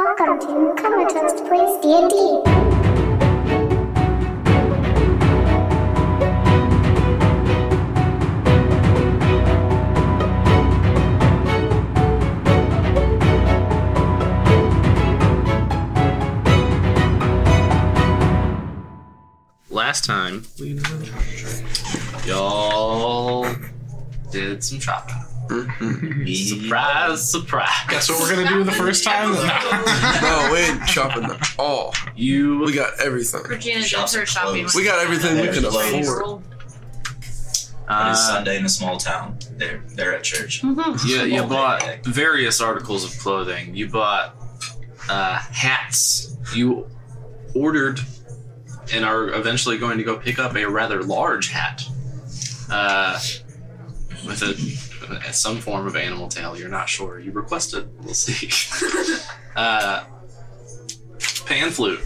Welcome to Comatose Plays D&D. last time we y'all did some shopping. Mm-hmm. surprise, surprise. That's what we're gonna do the first time. No, we ain't shopping at all. You We got everything. Regina does her shopping. We got everything we can afford. It is uh, Sunday in a small town. They're they're at church. Mm-hmm. you, you bought various articles of clothing. You bought uh, hats. You ordered and are eventually going to go pick up a rather large hat uh, with a some form of animal tail. You're not sure. You requested. We'll see. uh, pan flute.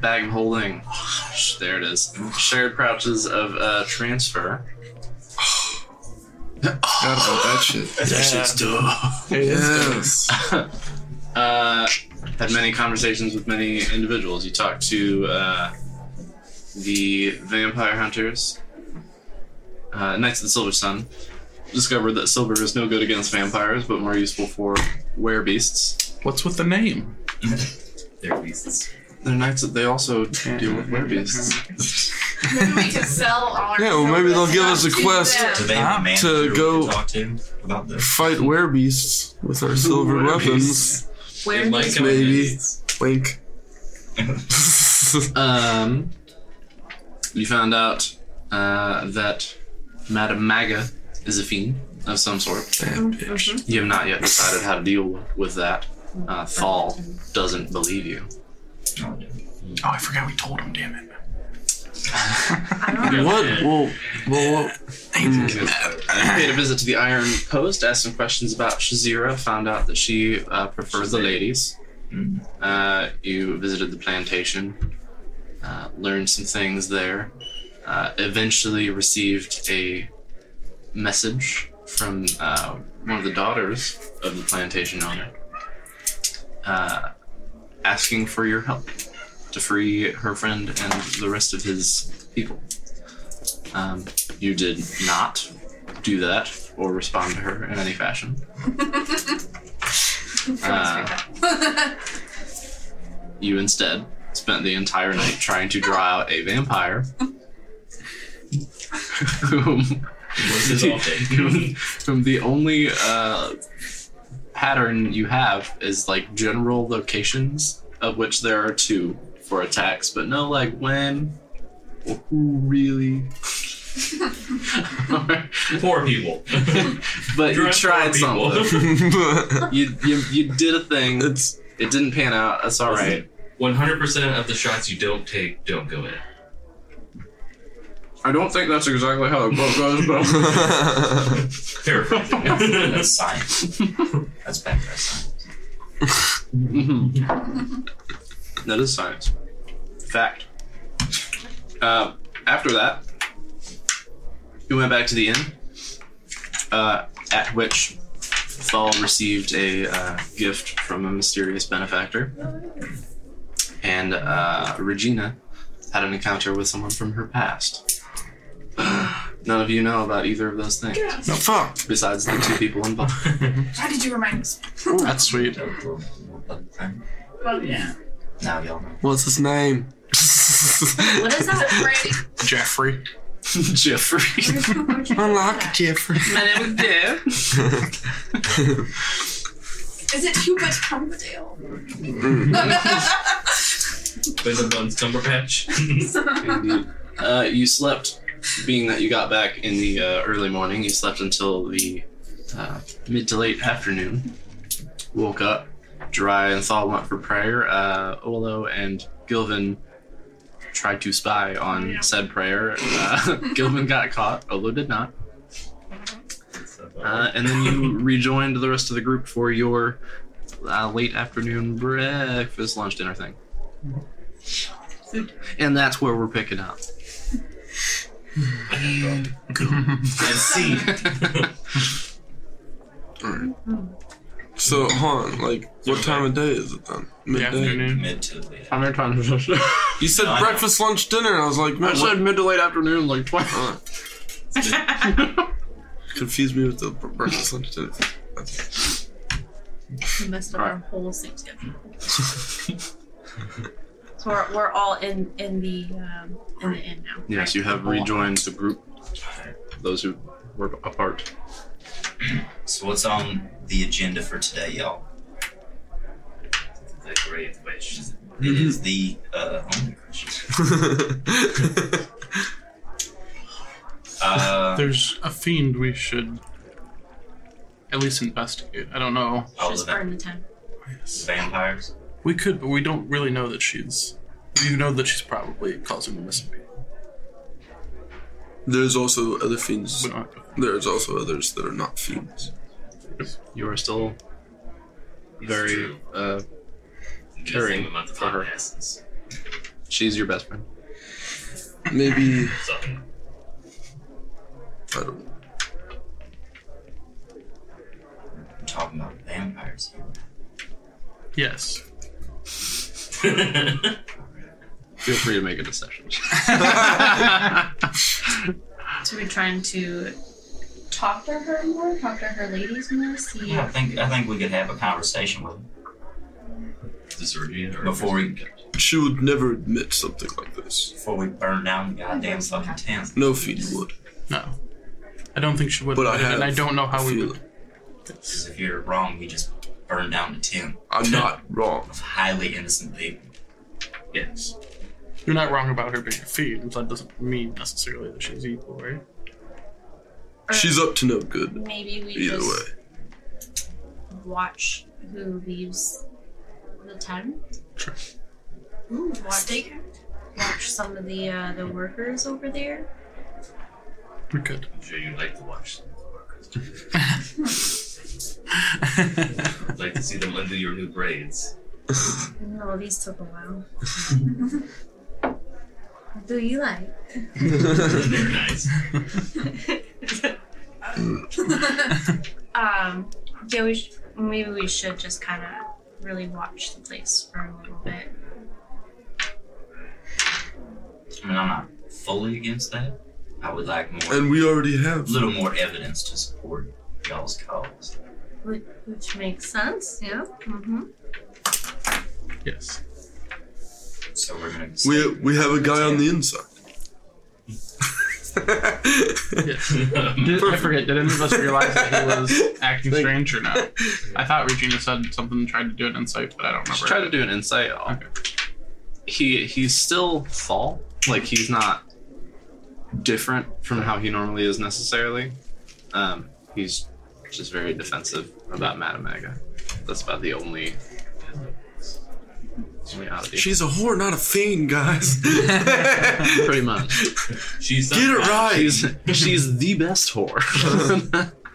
Bag of holding. There it is. Shared pouches of uh, transfer. Forgot about that shit. That shit's dope. Yes. uh, had many conversations with many individuals. You talked to uh, the vampire hunters, uh, Knights of the Silver Sun. Discovered that silver is no good against vampires, but more useful for werebeasts. What's with the name? They're beasts. They're knights that they also deal with werebeasts. we could sell all our Yeah, well, maybe they'll give us a quest. Do they Huh? have a man To who we can go- talk to about this? Fight werebeasts with our silver weapons. Where Like like, Maybe. Wink. Um, you found out uh, that Madame Maga is a fiend of some sort. You have not yet decided how to deal with that. Uh, Thal doesn't believe you. Oh, I forgot we told him. Damn it. What? Whoa. Whoa. whoa. I paid a visit to the Iron Post, asked some questions about Shazira, found out that she uh, prefers the ladies. Uh, you visited the plantation, uh, learned some things there, uh, eventually received a message from uh, one of the daughters of the plantation owner uh, asking for your help to free her friend and the rest of his people. Um, you did not do that or respond to her in any fashion. Uh, you instead spent the entire night trying to draw out a vampire. whom, uh, Was his off day? whom, whom the only uh, pattern you have is like general locations, of which there are two for attacks, but no like when or who really. Poor people. but you Dress tried poor people. something. you, you you did a thing. it's it didn't pan out. That's all right. One hundred percent of the shots you don't take don't go in. I don't think that's exactly how it goes, but Paraphrasing. That's science. That's bad for science. that Mm-hmm. is science. Fact. Uh, after that, we went back to the inn, uh, at which Thal received a uh, gift from a mysterious benefactor, and uh, Regina had an encounter with someone from her past. None of you know about either of those things, no, fuck. besides the two people involved. How did you remind us? That's sweet. Well, yeah. Now y'all know. What's his name? What is that phrase? Jeffrey. Jeffrey. Unlock Jeffrey. Is it Hubert Cumberdale? Benedict Cumberbatch. Indeed. Uh, you slept, being that you got back in the uh, early morning, you slept until the uh, mid to late afternoon. Woke up, Dry and Thal went for prayer. Uh, Olo and Gilvin tried to spy on said prayer. Uh, Gilvin got caught, Olo did not. Uh, and then you rejoined the rest of the group for your uh, late afternoon breakfast, lunch, dinner thing. And that's where we're picking up. And see. So, hon, like, what time of day is it then? Midday. Afternoon. Mid to late. How many times did I say? You said No, I know. breakfast, lunch, dinner. and I was like, I man, said what? mid to late afternoon like twice. Uh, confused me with the br- breakfast, lunch, dinner. Okay. We messed up our Alright. whole sleep schedule. so we're, we're all in in the um, in the inn now. yes, you have rejoined the group. Those who were apart. So what's on the agenda for today, y'all? The great wish. It Mm-hmm. is the uh, homely question. Uh, There's a fiend we should at least investigate. I don't know. all Just the burn the time. vampires. We could, but we don't really know that she's. We know that she's probably causing the missing people. There's also other fiends. We don't know. There's also others that are not fiends. You are still very. true. Uh, Caring about the for her. fun passes. she's your best friend. Maybe So, I don't. know. We're talking about vampires here. Yes. Feel free to make a decision. So we're trying to talk to her more, talk to her ladies more, see. Yeah, I think I think we could have a conversation with them this review or before we She would never admit something like this. before we burn down the goddamn fucking town. No fiend would. No. I don't think she would. But I have and I don't know how we feel would. Because if you're wrong, we just burn down the town I'm not wrong. of highly innocent people. Yes. You're not wrong about her being a fiend. That doesn't mean necessarily that she's evil, right? or She's up to no good Maybe we either just way. watch who leaves the town. Sure. Ooh, watch, watch some of the uh, the workers over there. We could. I'm sure you'd like to watch them. I'd like to see them under your new braids. No, these took a while. What do you like? They're nice. um, yeah, we sh- maybe we should just kind of really watch the place for a little bit. I mean, I'm not fully against that. I would like more, a And we already have. little more evidence to support y'all's cause. Which, which makes sense, yeah. Mm-hmm. Yes. So we're gonna. We we have a guy on the inside. Yes. Did, I forget. Did any of us realize that he was acting strange or not? I thought Regina said something, tried to do an insight, but I don't Just remember. try to do an insight. Okay. He he's still Saul. Like he's not different from how he normally is necessarily. Um, he's just very defensive about Madame Maga. That's about the only. only oddity. She's a whore, not a fiend, guys. pretty much. She's Get it right. She's she's the best whore.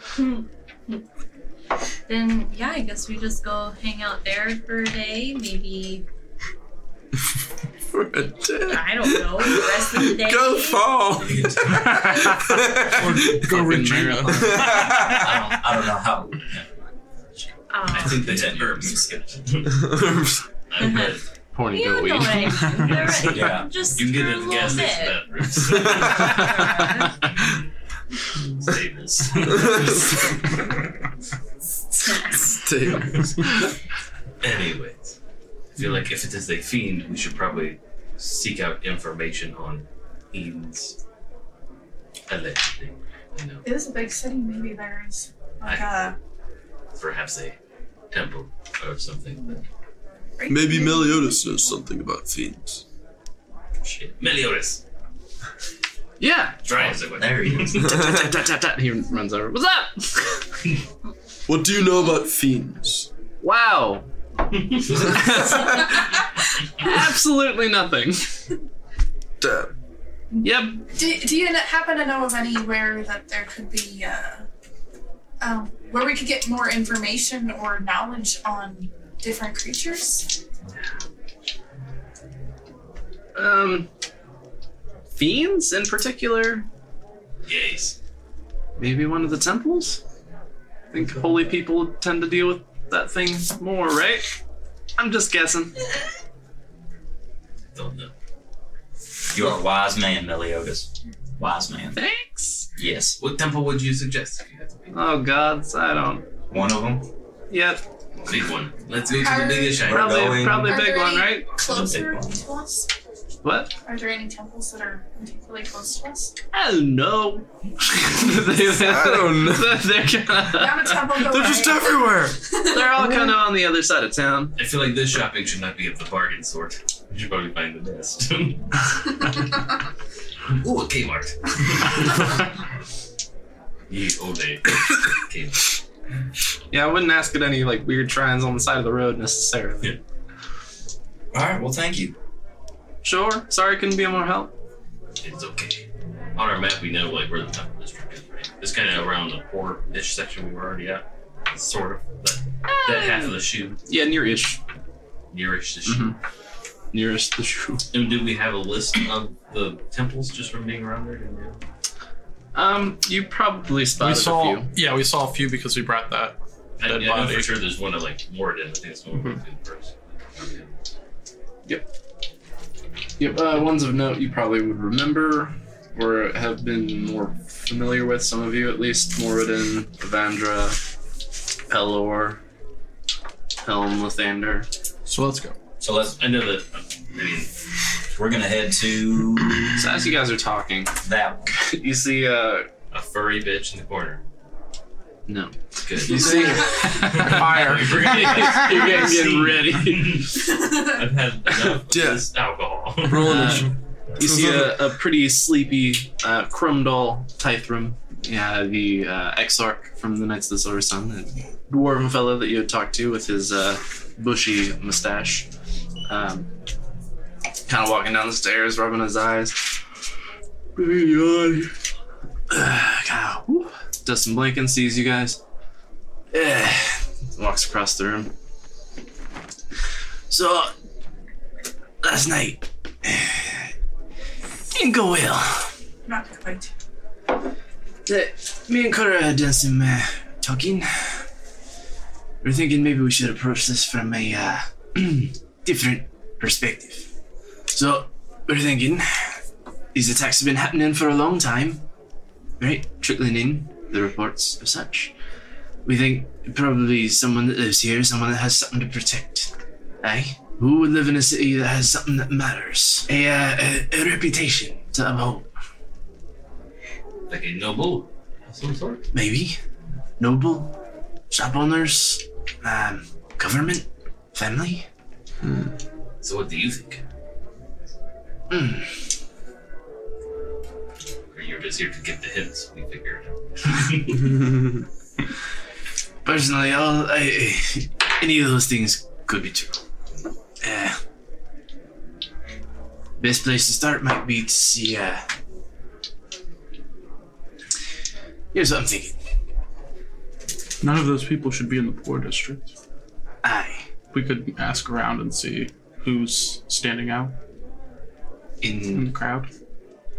Then yeah, I guess we just go hang out there for a day. Maybe For a day. I don't know the rest of the day. Go fall. Go Fucking Regina. marathon. I don't. I don't know how. I Um, think the herbs. I bet. Horny you goat know what weed. I mean. They're right. Yeah. Just You can get for it a at the little gas station bit. about ribs. Staples. Tables. Anyways, I feel like if it is a fiend, we should probably seek out information on fiends. Allegedly, you know, It is a big city. Maybe there's like uh, I- a. perhaps a temple or something. But Maybe Meliodas knows something about fiends. shit, Meliodas, Yeah. try us away. Oh, There he is. Tat, tat, tat, tat. He runs over. What's up? What do you know about fiends? Wow. Absolutely nothing. Damn. Yep. Do, do you happen to know of anywhere that there could be, uh, um, where we could get more information or knowledge on different creatures? Um, fiends in particular. Yes. Maybe one of the temples. I think holy people tend to deal with that thing more, right? I'm just guessing. Don't know. You are a wise man, Meliodas. Wise man. Thanks. Yes. What temple would you suggest? if you had to pick? Oh gods, I don't. One of them. Yep, Big one. Let's go to the biggest We're shine. probably going- probably Are big there one, any right? Closer big one. to us? What? Are there any temples that are particularly close to us? I don't know. I don't know. They're, Down a kinda, temple go They're just everywhere. they're all kind of on the other side of town. I feel like this shopping should not be of the bargain sort. You should probably find the best. Ooh, a Kmart. Ye olde Kmart. Yeah, I wouldn't ask at any like weird shrines on the side of the road necessarily. Yeah. All right. Well, thank you. Sure. Sorry, couldn't be of more help. It's okay. On our map, we know like where the temple district is, right? It's kind of around the port-ish section we were already at, sort of. But that half of the shoe, Yeah, near-ish. nearish the shoe. Mm-hmm. Mhm. Nearest the shoe. And do we have a list of the temples just from being around there? Didn't we? Um, you probably spotted We a saw, few. yeah, we saw a few because we brought that. I, Dead I know for body. Mm-hmm. sure there's one at like Morden. I think it's the one we went to first. Yep, uh, ones of note you probably would remember or have been more familiar with, some of you at least. Moradin, Evandra, Pelor, Helm, Lathander. So let's go. So let's. I know that. uh, Maybe We're gonna head to So as you guys are talking, that one. you see, uh, a furry bitch in the corner. no. Good. You see, Fire. We're gonna get- you're getting, getting ready. I've had enough of Yeah. this alcohol. Roll Uh, initiative. You see a, a pretty sleepy uh, Crumdall Tythrum, yeah, the uh, Exarch from the Knights of the Silver Sun, the dwarven fellow that you had talked to with his uh, bushy mustache. Um, kind of walking down the stairs, rubbing his eyes. Pretty good. Kinda, whew, Does some blinking, sees you guys. Eh, walks across the room. So, last night, didn't go well. Not quite. That me and Carter had done some uh, talking. We are thinking maybe we should approach this from a uh, different perspective. So we're thinking these attacks have been happening for a long time, right? Trickling in the reports of such. We think probably someone that lives here, someone that has something to protect. Aye? Who would live in a city that has something that matters? A, uh, a, a reputation to uphold. like a noble of some sort. maybe noble shop owners um government family So what do you think? Hmm. Or you're just here to get the hints. We figure it out. personally all I, any of those things could be true uh, best place to start might be to see uh here's what i'm thinking None of those people should be in the poor district. i We could ask around and see who's standing out in in the crowd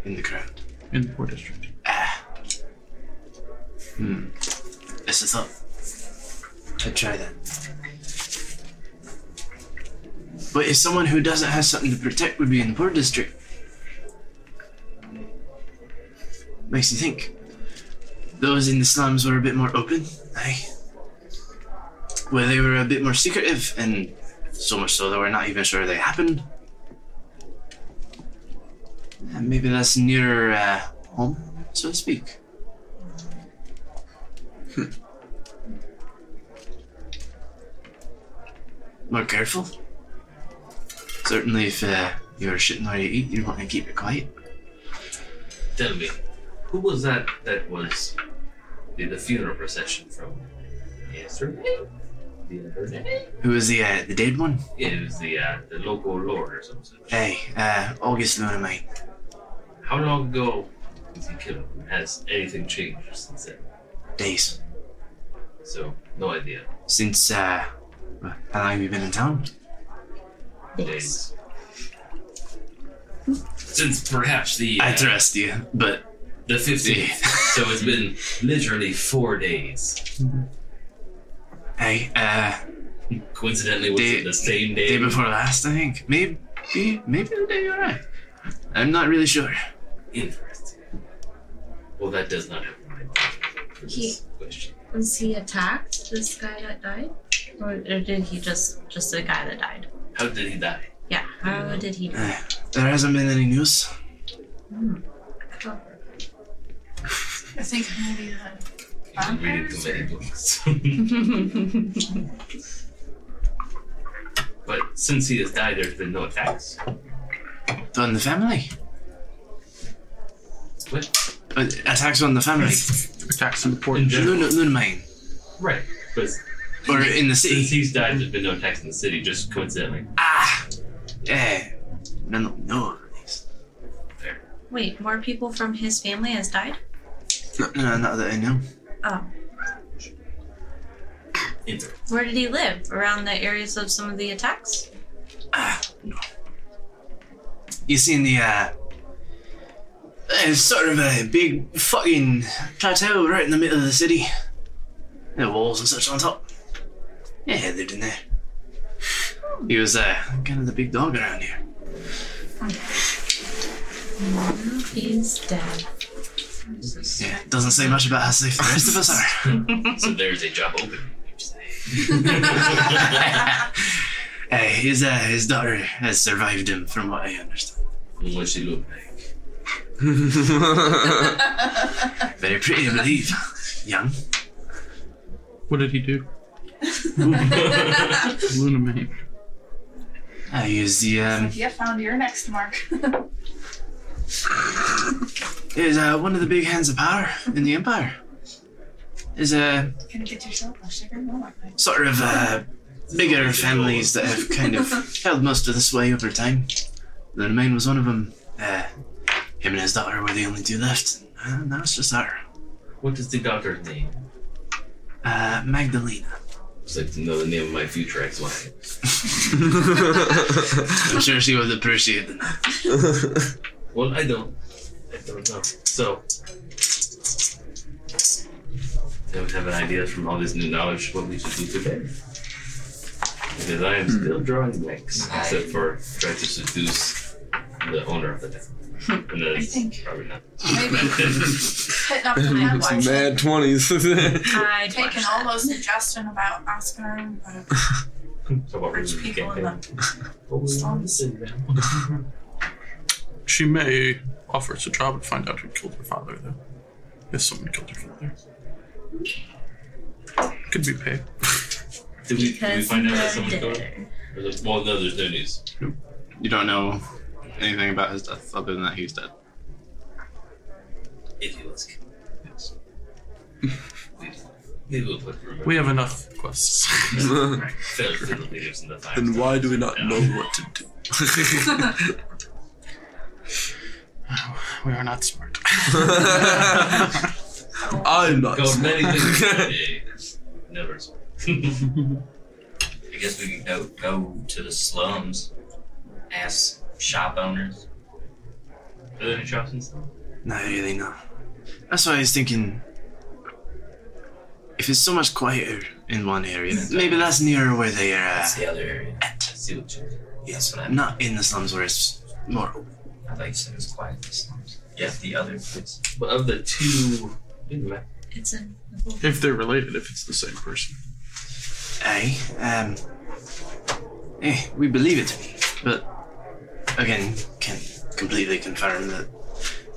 in the crowd in the poor district. Hmm. that's a thought i'd try that but if someone who doesn't have something to protect would be in the poor district makes you think. Those in the slums were a bit more open, aye? Where they were a bit more secretive, and so much so that we're not even sure they happened. And maybe that's nearer uh, home, so to speak. Hmm. More careful. Certainly, if uh, you're shitting where you eat, you want to keep it quiet. Tell me, who was that that was did the funeral procession from yesterday? The other day? Who was the uh, the dead one? Yeah, it was the uh, the local lord or something. Hey, uh, August Luna, mate. How long ago was he killed? Has anything changed since then? Days So no idea. since uh, how long have you been in town? Days. Since perhaps the I uh, trust you, but the 15th. so it's been literally four days. Hey, uh, Coincidentally, was Day- it the same day? day before last, I think. Maybe, maybe the day you're right. I'm not really sure. Interesting. Well, that does not help my for this He- question. Was he attacked? This guy that died, or, or did he just just the guy that died? How did he die? Yeah. How did he? die? Uh, there hasn't been any news. I think maybe the He read too many books. but since he has died, there's been no attacks. On the family. What? Uh, attacks on the family. Attacks important. In general. Luna, Luna mine. Right. But Or in the since city. he's died, there's been no attacks in the city, just coincidentally. Ah! Yeah. No, no, no. it's- Wait, more people from his family has died. No, no, not that I know. Oh, Interesting. where did he live? Around the areas of some of the attacks? Ah, no. You seen the, uh, it's sort of a big fucking plateau right in the middle of the city. The walls and such on top. Yeah, he lived in there. He was, uh, kind of the big dog around here. He's dead. Yeah, doesn't say much about how safe the rest of us are. So there's a job open. Uh, his, uh, his daughter has survived him, from what I understand. What's she look like? Very pretty, I believe. Young. What did he do? Lunamane. I use the um, yeah found your next mark. is uh, one of the big hands of power in the empire. Is a Gonna get yourself a sugar moment. sort of uh, bigger families that have kind of held most of the sway over time. The main was one of them. Uh, him and his daughter were the only two left. Uh, now it's just her, What is the daughter's name? uh, Magdalena. I'd like to know the name of my future ex-wife. I'm sure she would appreciate it. Well, I don't. I don't know. So, I would have an idea from all this new knowledge what we should do today. Because I am still drawing blanks, except for trying to seduce the owner of the town. And that is think- probably not. Maybe hitting up the man Some watch. mad twenties. I Taking all those suggestion about Oscar and uh, so what rich people in the What was on the city, man? She may offer us a job and find out who killed her father, though. If someone killed her father. Could be paid. Did we, did we Because find out that they're someone killed her? dead. Or was it- Well, no, there's no news. You don't know anything about his death other than that he's dead. If he was killed. Yes. We will put rumor. We have enough quests. Failed to the leaders in the five and why do we not Yeah. know what to do? we are not smart. I'm not. Go smart. many things in a day. Never. I I guess we could go, go to the slums, ask shop owners. Are there any shops in stuff? Not really, no. That's why I was thinking. If it's so much quieter in one area, maybe that's nearer where they are. Uh, That's the other area. at. See what you Yes, but I'm, Not in the slums where it's more open. I thought you said it was quiet in the slums. Yeah, the other place. But of the two, It's in. If they're related, if it's the same person. Aye. Um. Eh, we believe it to be, but again, can't completely confirm that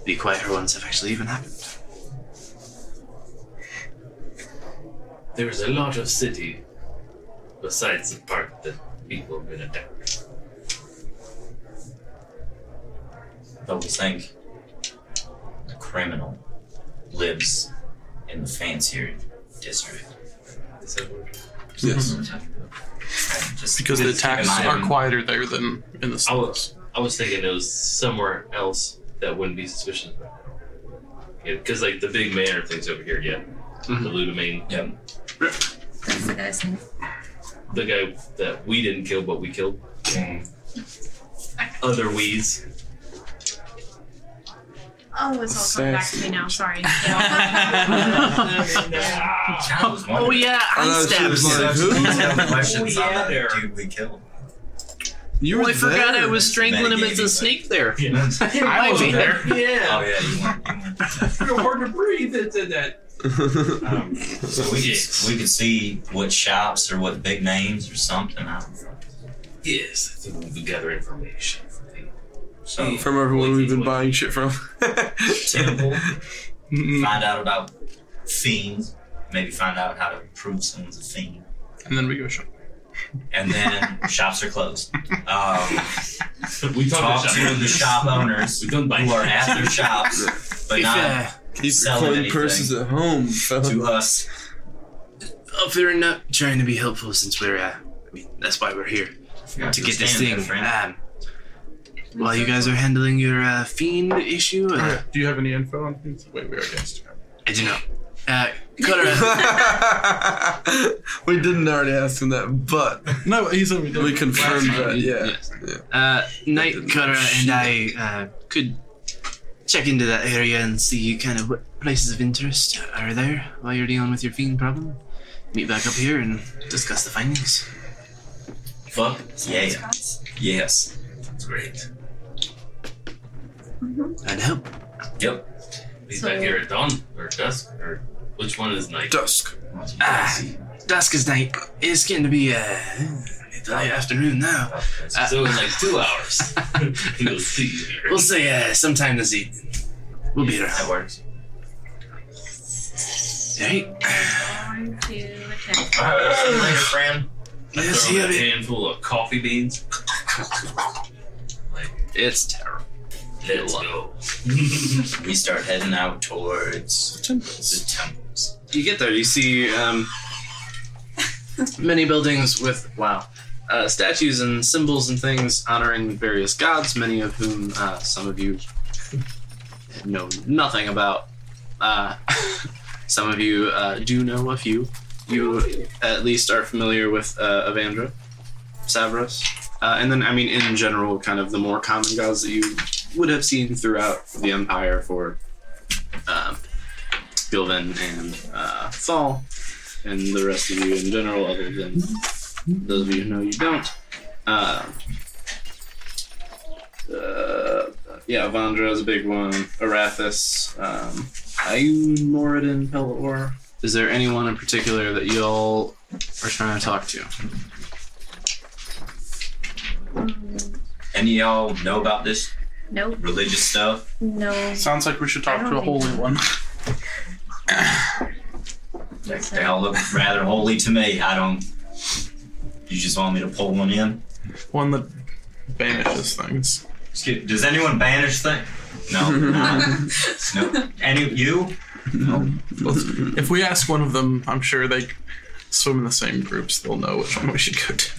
the quieter ones have actually even happened. there is a lot of city besides the part that people have been attacked. But we think the criminal lives in the fancier district. Is that what- Yes. Right? Just Because the attacks Am I- are quieter there than in the I Oh. slums. was, I was thinking it was somewhere else that wouldn't be suspicious about. Because like the big manor things over here, yeah, the Ludamine, Mm-hmm. Yeah, That's the guy's name. the guy that we didn't kill but we killed, mm, other weeds. Oh, it's all coming back to me now. Sorry. Oh, I was Oh wondering. yeah, I I know, she was stabbed him. like, who? I have questions Oh, yeah, on there. that dude we killed. You were I forgot there. I was strangling him Maggie, as a like- snake there. Yeah. I was there. Oh Yeah. yeah, you weren't. You weren't. You're hard to breathe into that. Um, So we could we could see what shops or what big names or something. I don't know. yes, I think we could gather information. from people. So From everyone we've been buying shit from. temple, Mm-mm. find out about fiends. Maybe find out how to prove someone's a fiend. And then we go shopping. And then shops are closed. Um, we talk talked to the shop owners We who don't buy are at their shops, but not uh, Keep your Selling coin anything. purses at home, fella. to us. Up there, not trying to be helpful since we're. Uh, I mean, that's why we're here to get this thing. Um, while you guys are handling your uh, fiend issue, uh, Do you have any info on things? Wait, we already asked. you. I do know. Uh, Cutter, we didn't already ask him that, but No, he said we did. we confirmed that. Yeah. Yes. Uh, Night Cutter and I uh, could check into that area and see kind of what places of interest are there while you're dealing with your fiend problem. Meet back up here and discuss the findings. Fuck yeah, Guys, yes, It's great. I'd help. yep. He's So- back here at dawn or dusk or which one is night? Dusk. Ah, dusk is night. It's getting to be uh, it's late afternoon now. so in like two hours, you'll see. Here. We'll say uh, sometime this evening. We'll be That around. works. Right? One, two, attack. All right, we'll see you later, friend. Yes, Throw yeah, in a it- handful of coffee beans. It's terrible. Let's go. We start heading out towards the temples. you get there, you see um, many buildings with wow uh, statues and symbols and things honoring various gods, many of whom uh, some of you know nothing about. Uh, some of you uh, do know a few. You at least are familiar with uh, Evandra, Savros, uh, and then I mean in general, kind of the more common gods that you would have seen throughout the empire for. Um, Gilvin and uh, Saul, and the rest of you in general, other than those of you who know you don't. Uh, uh, yeah, Vondra is a big one. Arathis, um, Ayun, Moradin, Pelor. Is there anyone in particular that y'all are trying to talk to? Any of y'all know about this Mm, Nope. religious stuff? No. Sounds like we should talk I don't to a think holy so. one. They, they all look rather holy to me. I don't. You just want me to pull one in? One that banishes things. Excuse, does anyone banish things? No. no. Any you? If we ask one of them, I'm sure they swim in the same groups. They'll know which one we should go to.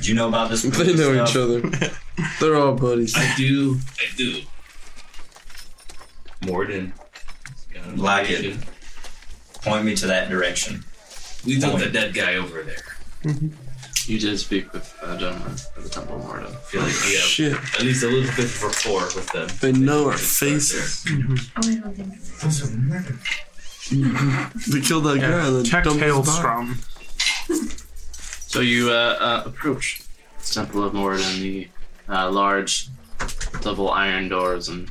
Do you know about this? They know each stuff? other. They're all buddies. I do. I do. Morden. Like it. Point me to that direction. We thought the dead guy over there. You did speak with uh, gentleman of the Temple of Moradin. I feel like we have Shit, at least a little bit of rapport with them. they know our Just right faces. Oh, I don't think. They killed that guy. and then Check dumped his body. Hailstrom. So you uh, uh, approach the Temple of Mord and the uh, large double iron doors and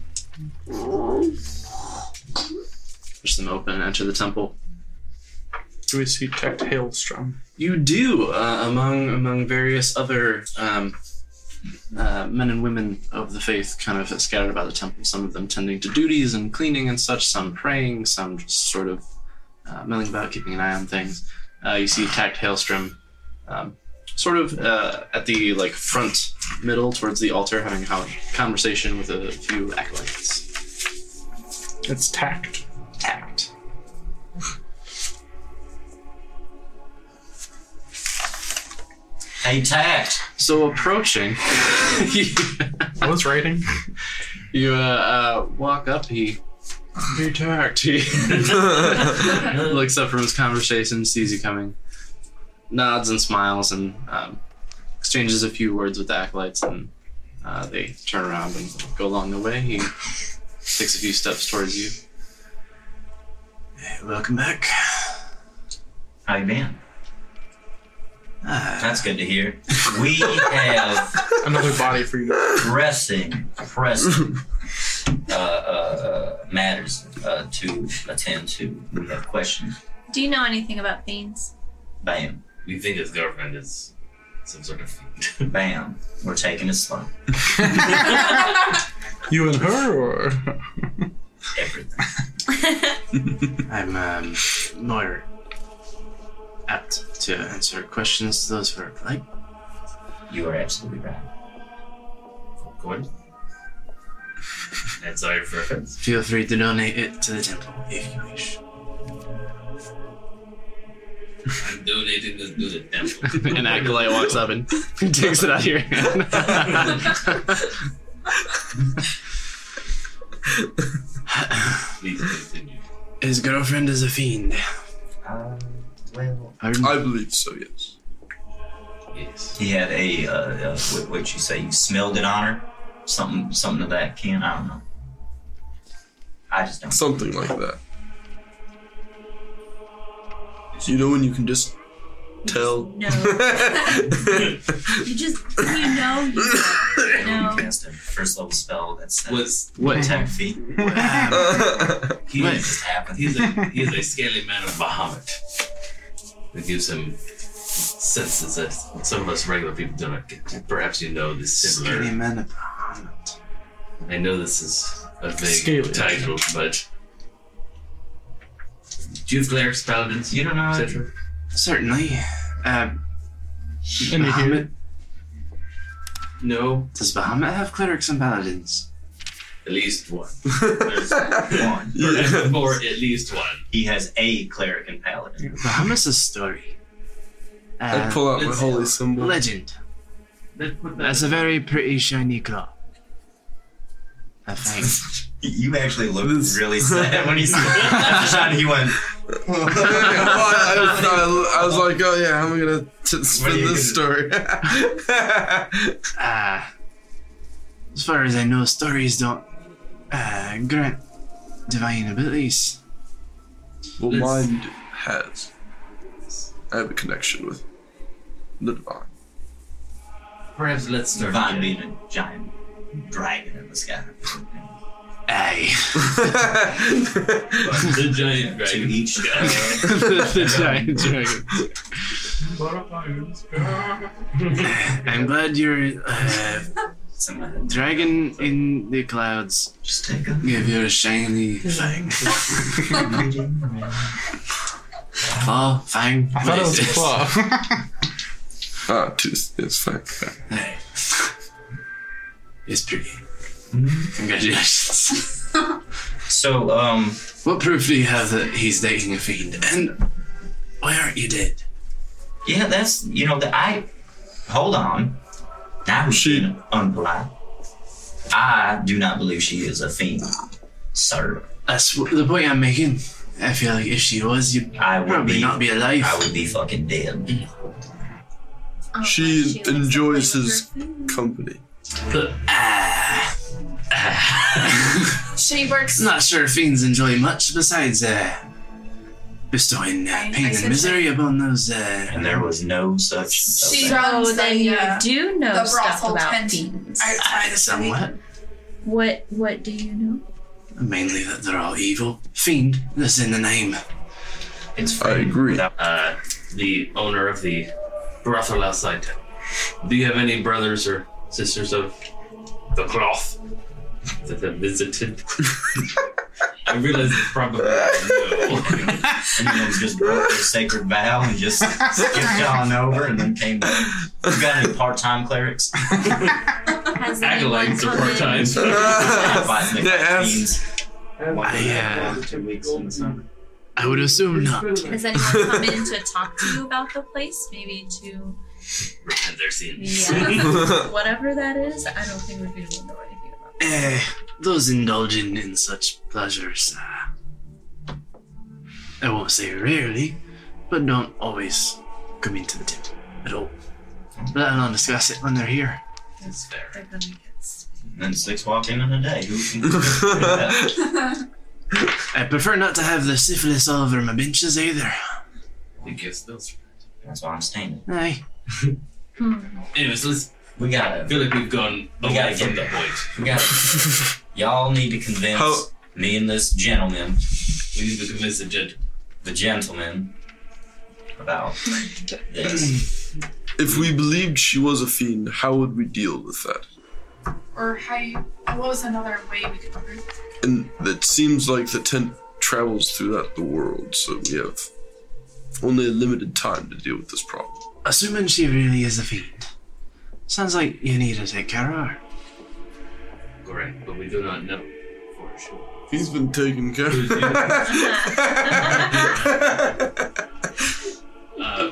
push them open and enter the temple. Do we see Check Hailstrom? You do uh, among among various other um, uh, men and women of the faith, kind of scattered about the temple. Some of them tending to duties and cleaning and such. Some praying. Some just sort of uh, milling about, keeping an eye on things. Uh, you see Tact Hailstrom, um, sort of uh, at the like front middle towards the altar, having a con- conversation with a few acolytes. It's tact. Tact. Hey, Tact. So approaching. I was writing. You uh, uh, walk up. He he talked. He looks up from his conversation, sees you coming, nods and smiles, and um, exchanges a few words with the acolytes. And uh, they turn around and go along the way. He takes a few steps towards you. Hey, welcome back. How you been? Ah, That's good to hear. We have Another body for you. to- pressing, pressing uh, uh, matters uh, to attend to. We have questions. Do you know anything about fiends? Bam, We think his girlfriend is some sort of fiend. bam. We're taking it slow. You and her, or Everything. I'm um, more apt to answer questions to those who are polite. You are absolutely right. Coin. And sorry for offense. Feel free to donate it to the temple if you wish. I'm donating this to the temple. An acolyte walks up and takes it out of your hand. Please continue. His girlfriend is a fiend. Uh, well, uh, I believe so, yes. Yes. he had a uh, uh, what, what you say? You smelled it on her, something, something of that kin. I don't know. I just don't. Something like that. You know when you can just tell. No. you just, you know, you I know. cast a first level spell that's uh, Was What? ten feet. He Wait. just happened. he's a he's a scaly man of Bahamut. That gives him senses that some of us regular people do not get. Perhaps you know this similar Skinny man of Bahamut. I know this is a big Scaly. title, but do you have clerics, paladins, You don't know. etc.? Certainly. Uh, and you hear it. Bahamut- No, does Bahamut have clerics and paladins? at least one. There's one, Yeah. or at least one. He has a cleric and paladin. Bahamut's a story. I Uh, pull out my It's- holy symbol. legend. That- what That's that- a very pretty shiny claw. I think. You actually looked really sad when he said that. He went. Well, I, I was, I was like, oh yeah, I'm gonna t- spin What are you this story. Uh, as far as I know, stories don't uh, grant divine abilities. well, Let's- mine has. I have a connection with the divine. Perhaps let's start. Divine here. being a giant dragon in the sky. Aye. the giant To dragon. each. uh, the giant dragon. I'm glad your uh, somebody- dragon in the clouds Just take a gave you a shiny fang. Claw, fang. I what thought it was is a this? claw. Ah, tooth. It's fine. Aye. It's pretty. Mm-hmm. Congratulations. So, um, What proof do you have that he's dating a fiend? And why aren't you dead? yeah, that's you know that I hold on. Now we She- should unpolite. I do not believe she is a fiend, sir. That's w- the point I'm making. I feel like if she was, you'd I would probably be- not be alive. I would be fucking dead. Oh, She likes to enjoys play with his- her food. Company. She works. ah, Not sure fiends enjoy much besides uh, bestowing uh, I- I pain said- and misery upon those. Uh, And there was no such. She thing. So runs then you the, uh, do know the stuff brothel about tent. fiends. outside of the somewhat. What what do you know? Mainly that they're all evil. Fiend, that's in the name. It's I agree. Without- uh, the owner of the brothel outside town. Do you have any brothers or sisters of the cloth that have visited? I realize it's probably Uh, no. Anyone's just broke their sacred vow and just skipped on over and then came back. You got any part-time clerics? Has Acolytes are part anyone come in? time. Five They asked- fiends. I, uh, I would assume not. Has anyone come in to talk to you about the place? Maybe to Repent their sins. yeah, whatever that is. I don't think we'd be able to know anything about. it. Uh, those indulging in such pleasures, uh, I won't say rarely, but don't always come into the temple at all. Let alone discuss it when they're here. It's fair. They're gonna get sick. Then six walk in in a day. Who can that? I prefer not to have the syphilis all over my benches either. It gets those. That's why I'm standing. Aye. Anyways, let's. We I gotta, feel like we've gone We away gotta from get the there. point. we gotta. y'all need to convince How- me and this gentleman, We need to convince the gent. the gentleman, about this. If we believed she was a fiend, how would we deal with that? Or how you, what was another way we could prove it? And it seems like the tent travels throughout the world, so we have only a limited time to deal with this problem. Assuming she really is a fiend. Sounds like you need to take care of her. Correct, but we do not know for sure. He's been taken care Uh,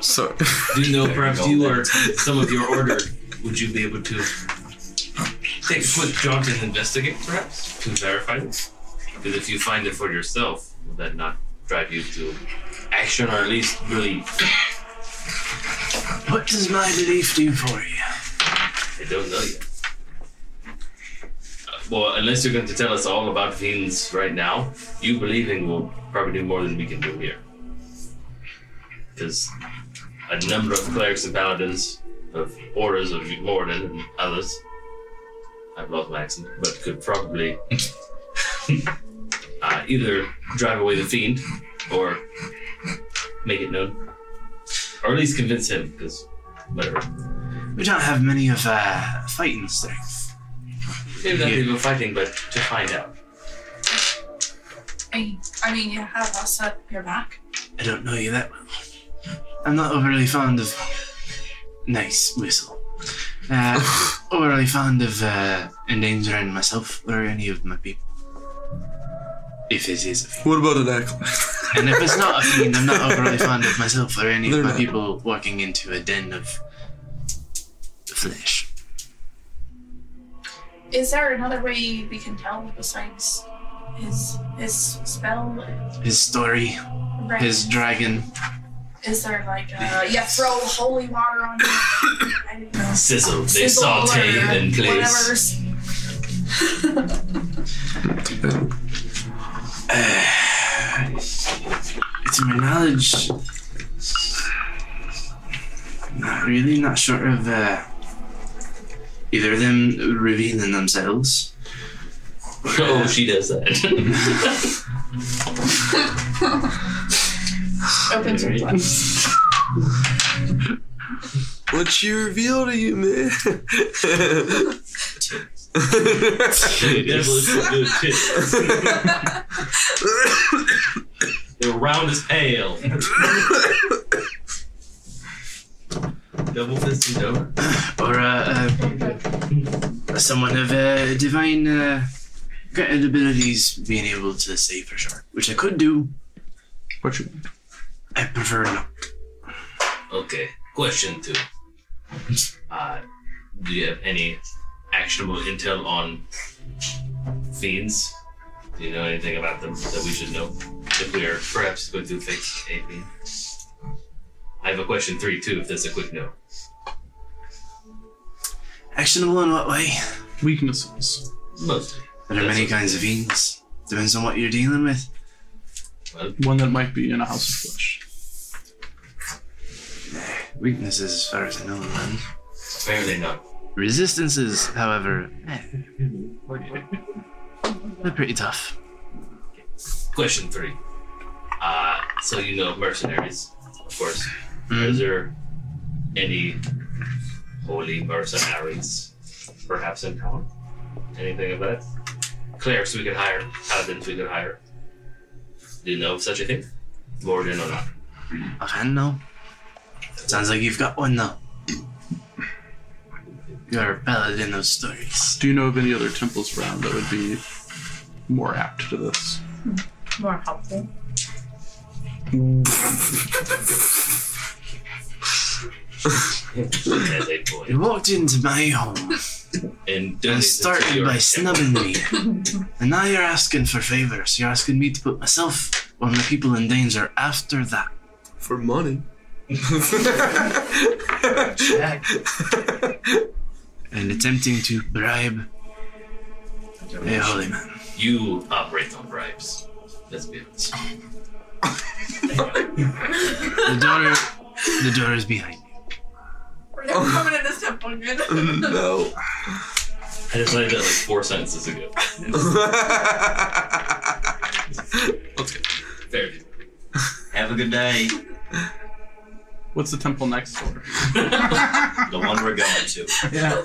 Sorry. do you know perhaps you There or some of your order would you be able to take a quick jaunt and investigate perhaps to verify this? Because if you find it for yourself, will that not drive you to action or at least really What does my belief do for you? I don't know yet. Uh, Well, unless you're going to tell us all about fiends right now, you believing will probably do more than we can do here. Because a number of clerics and paladins of orders of Morden and others, I've lost my accent, but could probably uh, either drive away the fiend or make it known. Or at least convince him, because whatever. We don't have many of uh, fighting strength. Maybe not even fighting, but to find out. I, I mean, you have us at your back. I don't know you that well. I'm not overly fond of nice whistle. Uh, overly fond of uh, endangering myself or any of my people. If it is a fiend. what about an acolyte? And if it's not a fiend, I'm not overly fond of myself or any They're of my not. people walking into a den of flesh. Is there another way we can tell besides his his spell? His story, Right. his dragon, Is there like a, yeah, throw holy water on him? I don't know. sizzle. They Sizzle saute or in place. whatever's- To my knowledge, not really. Not sure of uh, either of them revealing themselves. Oh, she does that. Opens her lips. What she reveal to you, man? They're round as hail. Double fisted over. Or uh, uh, someone of uh, divine uh, granted abilities being able to say for sure, which I could do. What you- I prefer not. Okay, question two. Uh, do you have any actionable intel on fiends? Do you know anything about them that we should know if we are perhaps going to fix a fiend? I have a question three too. If that's a quick no. Actionable in what way? Weaknesses. Mostly. There are many kinds of fiends. Depends on what you're dealing with. One that might be in a house of flesh. Weaknesses, as far as I know, none. Apparently not. Resistances, however, eh, they're pretty tough. Question three. Uh, so you know mercenaries, of course. Hmm. Is there any holy mercenaries, perhaps in town? Anything of that? Clerics we could hire, paladins we could hire. Do you know of such a thing? Morden or not? I can know. Sounds like you've got one though. You're a paladin of stories. Do you know of any other temples around that would be more apt to this? More helpful. As a boy. You walked into my home And and does started by snubbing me. and now you're asking for favors. You're asking me to put myself or my people in danger after that. For money. And it attempting to bribe a holy man. You operate on bribes. Let's be honest. The door, the door is behind you. We're never coming in this temple Um, again. No. I just learned that like four sentences ago. Let's go. Fair. Have a good day. What's the temple next door? The one we're going to. Yeah.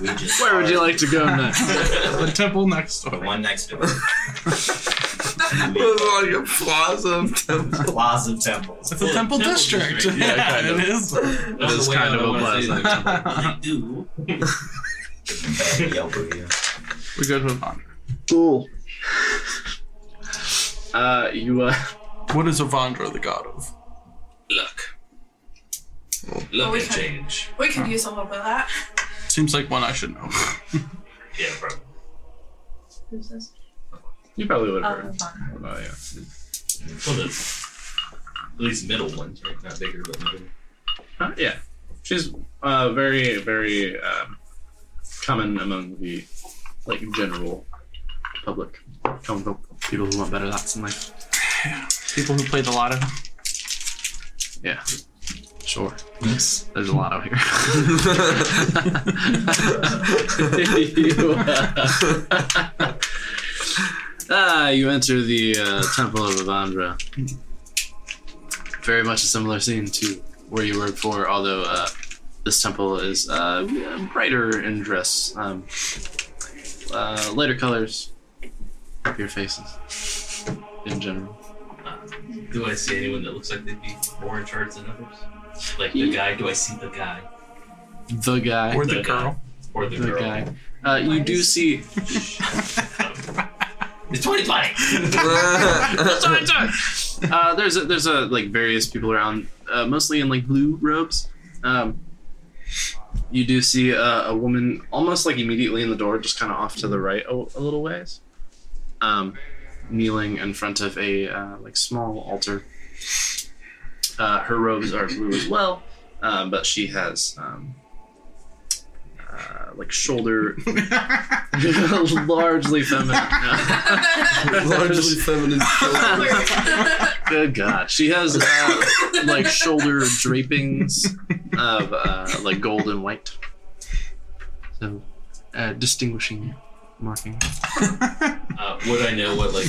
We just Where would you like to go next? the temple next The door. one next door. It was like a plaza of temples. Plaza of Temples. It's a temple, district. Yeah, kind of. it is. That is kind of a plaza. Do. Bad Yelp review. we go to Ivan. Cool. Uh, you, uh, What is Avandra the god of? Luck. Luck we and can- change. we could use a little bit of that. Seems like one I should know. Yeah, probably. Who's this? you probably would Oh, have heard. Ivan. about it, Well, the, at least middle ones, right? Not bigger, but middle. yeah. Uh, yeah. She's, uh, very, very, um, common among the, like, general public. Common folk- people who want better lots in life. People who play the lotto. Yeah. Sure. Yes. There's a lot out here. you, uh, ah, you enter the uh, Temple of Avandra. Very much a similar scene to where you were before, although uh, this temple is uh, brighter in dress, um, uh, lighter colors of your faces in general. Do I see anyone that looks like they'd be more in charge than others? Like the guy? Do I see the guy The guy. Or the The girl. or the the girl? guy. Uh, you do see It's 2020. uh, there's a, there's a like various people around, uh, mostly in like blue robes. Um, you do see uh, a woman almost like immediately in the door, just kind of off to the right a, a little ways, um, kneeling in front of a uh, like small altar. Uh, her robes are blue as well, um, but she has um, uh, like shoulder largely feminine. Largely feminine. children. Good God, she has uh, like shoulder drapings of uh, like gold and white, so uh, distinguishing marking. Uh, would I know what like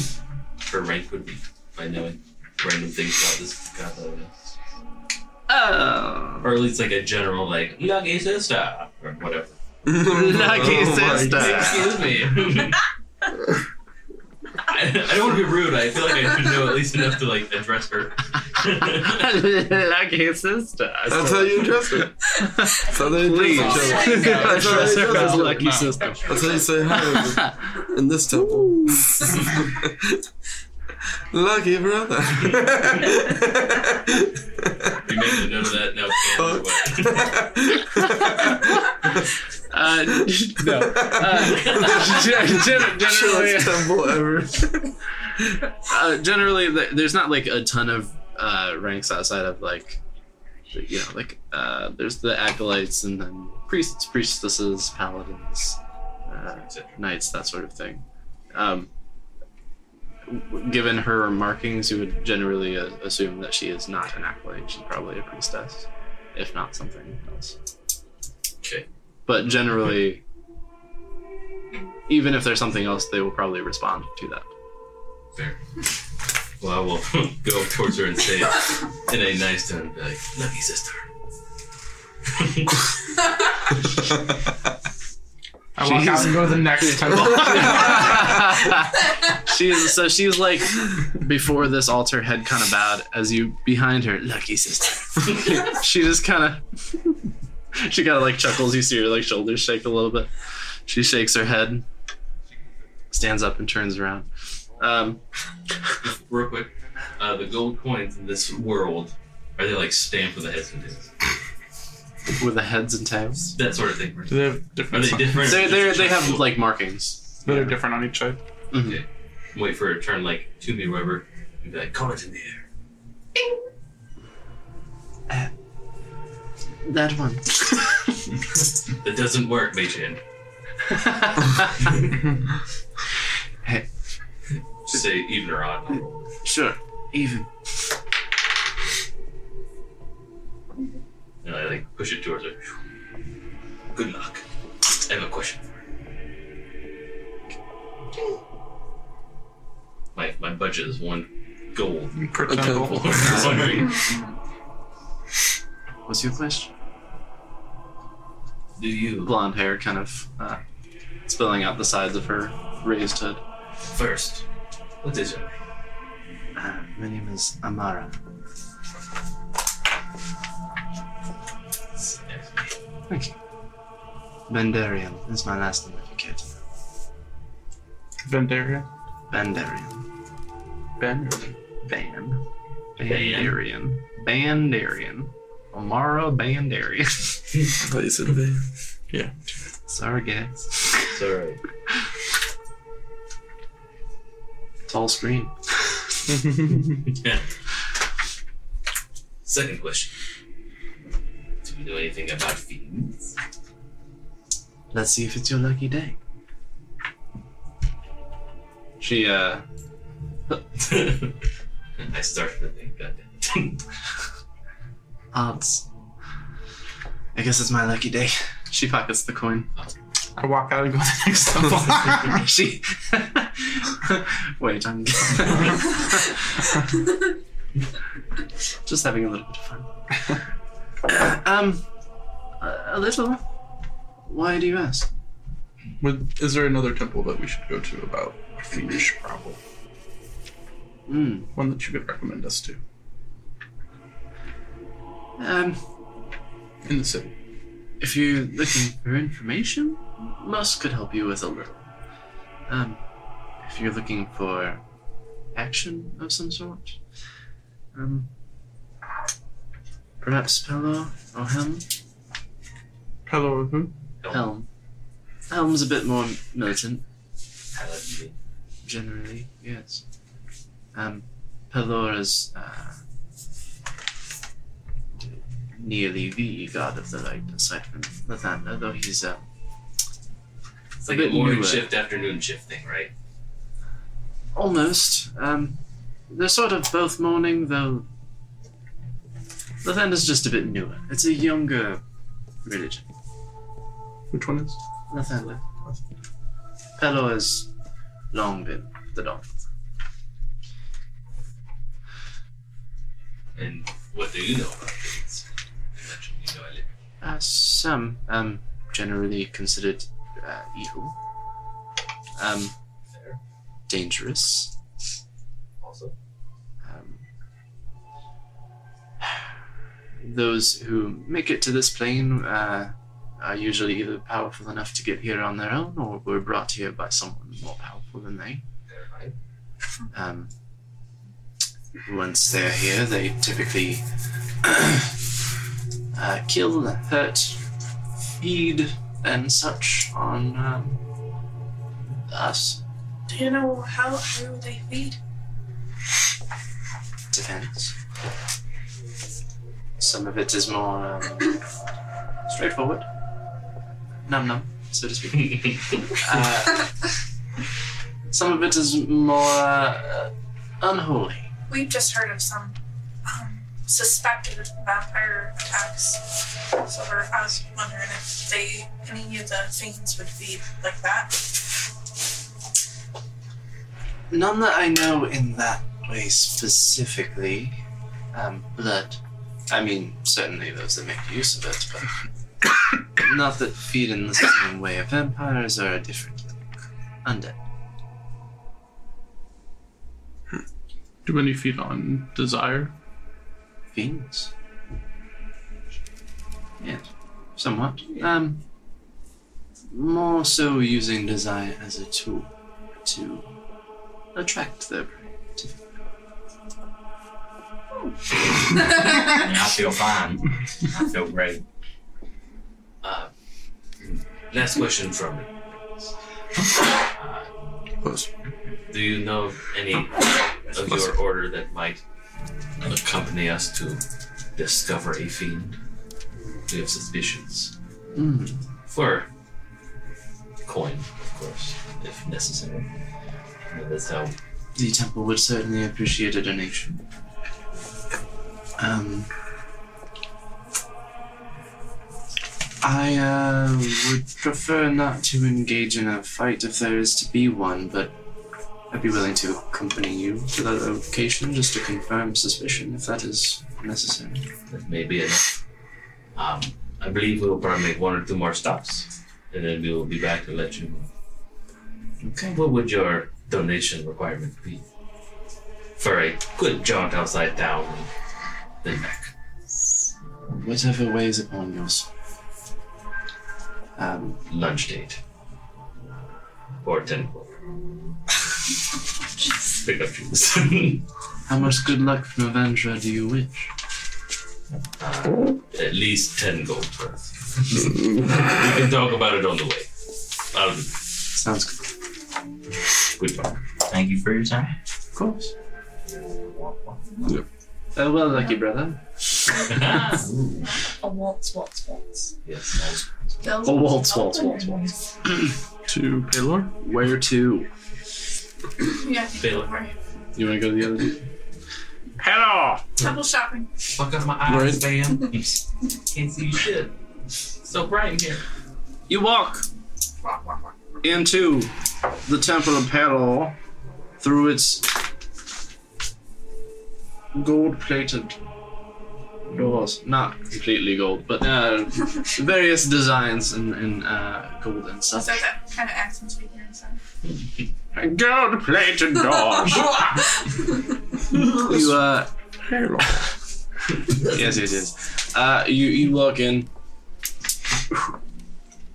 her rank would be by knowing random things about this god that I know? Oh, Or at least like a general like lucky sister or whatever. lucky Oh my sister. Excuse me. I, I don't want to be rude. I feel like I should know at least enough to like address her. lucky sister. That's how you dress her. That's how they Please. dress each other. That's how Dress they her dress as each other. lucky sister. That's how you say hi in this temple. Lucky brother. You made a note of that. Now, Pam, what? Uh, no. Uh, gen- gen- generally, Chillest temple ever. uh, generally th- there's not like a ton of uh, ranks outside of like the- you know like uh, there's the acolytes and then priests priestesses paladins uh, knights that sort of thing um, w- given her markings you would generally uh, assume that she is not an acolyte she's probably a priestess if not something else Okay. but generally even if there's something else they will probably respond to that Well, I will go up towards her and say it in a nice tone, and be like, "Lucky sister." I walk out and go to the next temple. she's so she's like before this altar head kind of bowed as you behind her lucky sister she just kind of she kind of like chuckles you see her like shoulders shake a little bit she shakes her head stands up and turns around um Real quick, uh, the gold coins in this world are they like stamped with the heads and tails? with the heads and tails That sort of thing. Do they have Are different they different? they they they have Cool. like markings that are different on each side? Mhm. wait for a turn like to me, whoever, and be like, "Call it in the air." that one That doesn't work, Machin. Hey. Just say even or odd. Sure. Even. And I like push it towards her. Good luck. I have a question for you. My my budget is one gold. Per temple. I was wondering, What's your question? do you Blonde hair kind of uh, spilling out the sides of her raised hood. first? What is your name? Uh, my name is Amara. Thank you. Bendarian is my last name if you care to know. Vendaria. Bendarian. Ben. Ban. Bandarian. Bandarian. Amara Bandarian. I thought you said van. Sorry, guys. Sorry. Tall screen. Second question. Do we know anything about fiends? Let's see if it's your lucky day. She, uh, I started to think that. odds. I guess it's my lucky day. She pockets the coin. I walk out and go to the next level. she. Wait, I'm. Just having a little bit of fun. um, a little. Why do you ask? Would, is there another temple that we should go to about a fiendish problem? Hmm. One that you could recommend us to Um, in the city? If you're looking for information, Musk could help you with a little. Um, if you're looking for action of some sort, um, perhaps Pello or Helm. Hello, who? Helm. Helm's a bit more militant, I love you. generally. Yes. Um, Pelor is uh, nearly the god of the light, aside from Lathander, though he's um, It's A like a bit morning newer. shift, afternoon shift thing, right? Almost. Um, they're sort of both mourning, though. Lathander's just a bit newer. It's a younger religion. Which one is? Lathander. Pelor has long been the dog. And what do you know about fiends? You mentioned you know a little. Uh, some um, generally considered uh, evil, um, Fair. dangerous, Also, um, those who make it to this plane uh, are usually either powerful enough to get here on their own or were brought here by someone more powerful than they. never mind. Um, once they're here, they typically uh, kill, hurt, feed, and such on um, us. Do you know how how they feed? Depends. Some of it is more um, straightforward. Num num, so to speak. uh, some of it is more uh, unholy. We've just heard of some um, suspected vampire attacks. So we're, I was wondering if they, any of the fiends would be like that. None that I know in that way specifically. Um, blood. I mean, certainly those that make use of it, but not that feed in the same way. Vampires are a different undead. Do any feed on desire? Fiends. Yes, somewhat. Um, more so using desire as a tool to attract their prey. to- And I feel fine. I feel great. Uh, Last question from me. Uh, Close. do you know of any of your order that might accompany us to discover a fiend? We have suspicions. for coin, of course, if necessary. But that's how The temple would certainly appreciate a donation. Um, I uh, would prefer not to engage in a fight if there is to be one, but I'd be willing to accompany you to that location just to confirm suspicion if that is necessary. that may be enough. Um, I believe we will probably make one or two more stops, and then we will be back to let you know. Okay. What would your donation requirement be for a good jaunt outside town and then back? Whatever weighs upon yours. Um, lunch date or 10 o'clock. Pick up trees. how much good luck from Avendra do you wish? At least 10 gold worth. we can talk about it on the way. I'll be back. Sounds good. Good talk. Thank you for your time. Of course. Uh, well, lucky brother. A waltz, waltz, waltz. Yes. Oh, waltz, waltz, waltz, waltz. Two. Paylor? Where to? Yeah, I think Baylor. don't worry. You want to go to the other? Hello! Hmm. Temple shopping. Fuck up my eyes, fam. Can't see shit. So bright in here. You walk Walk, walk, walk. into the Temple of Peror through its gold-plated doors. Not completely gold, but uh, various designs and, and uh, gold and Is stuff. that that kind of accent speaking or something? Gold-plated doors. you uh, yes, yes, yes. Uh, you you walk in.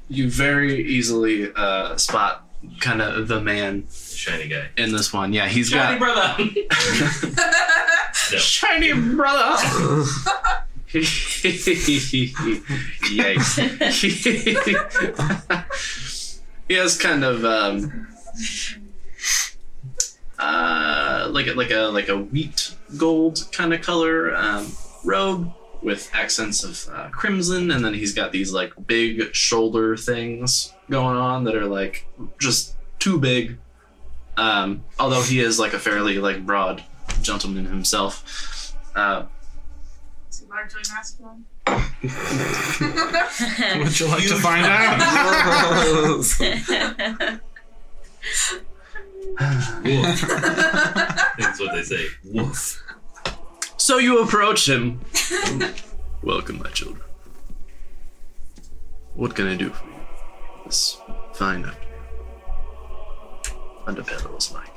You very easily uh, spot kind of the man Shiny guy. in this one. Yeah, he's Shiny got brother. shiny brother. Yikes. he has kind of um, uh, like a, like a like a wheat gold kind of color um, robe with accents of uh, crimson, and then he's got these like big shoulder things going on that are like just too big. Um, although he is like a fairly like broad gentleman himself. Uh, It's largely masculine. Would you like to find out? Woof. That's what they say. Woof. so you approach him. Welcome, my children. What can I do for you? This fine afternoon. Under Pedro's light.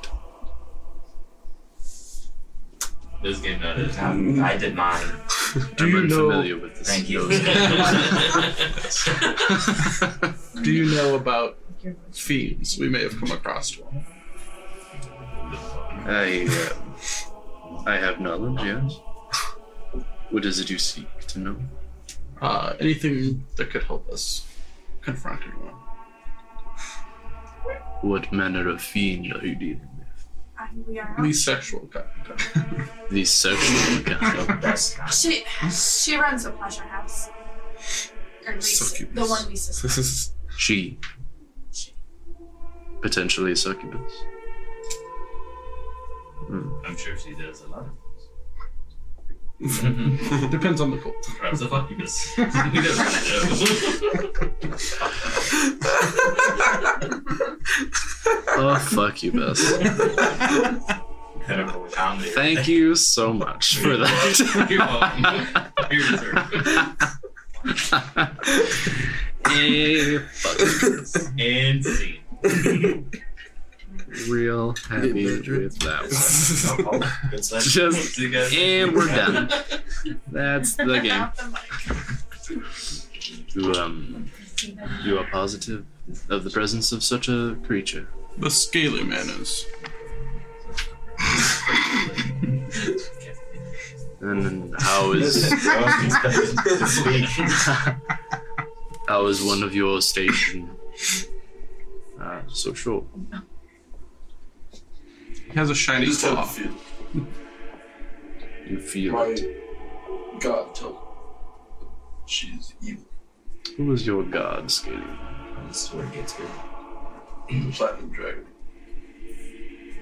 This game not it. Um, I, I did mine. Do you I'm know- unfamiliar with this. Thank you. Do you know about thieves we may have come across? I, uh, I have knowledge, yes. What is it you seek to know? Uh, anything that could help us confront anyone? What manner of fiend are you dealing with? I, we are Least sexual kind. The sexual kind of That's not She Hmm? she runs a pleasure house. Or Lisa, Succubus. the one Lisa. saw. she. Potentially a succubus. I'm sure she does a lot of Depends on the cult. Perhaps the fuck you miss. We don't really know. Oh, fuck you, Bess. medical comedy. Thank you so much for You're that. welcome. You're deserved. Eh, And scene. Real happy Major. with that one. Oh, Good stuff. Just, See you guys. and we're done. That's the game. Not the mic. You, um, you are positive of the presence of such a creature. The scaly man is. And then how is how is one of your station uh, so short? He has a shiny Just have a claw. feel. You feel My it. god, tell her she is evil. Who is your god, Scaly? This is where it gets good. Platinum dragon.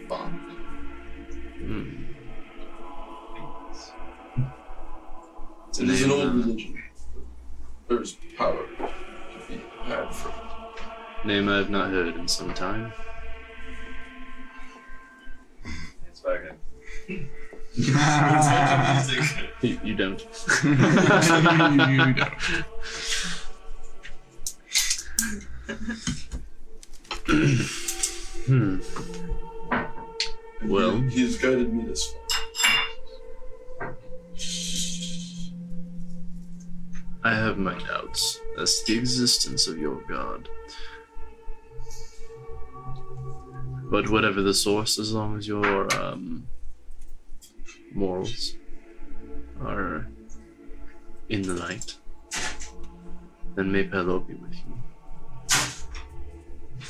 Bomb. It's It is name, an old uh, religion. There's power to be had from. Name I have not heard in some time. It's back in. You, you don't. You don't. Well, He has guided me this far. I have my doubts as to the existence of your god. But whatever the source, as long as your um, morals are in the light, then may Pelo be with you.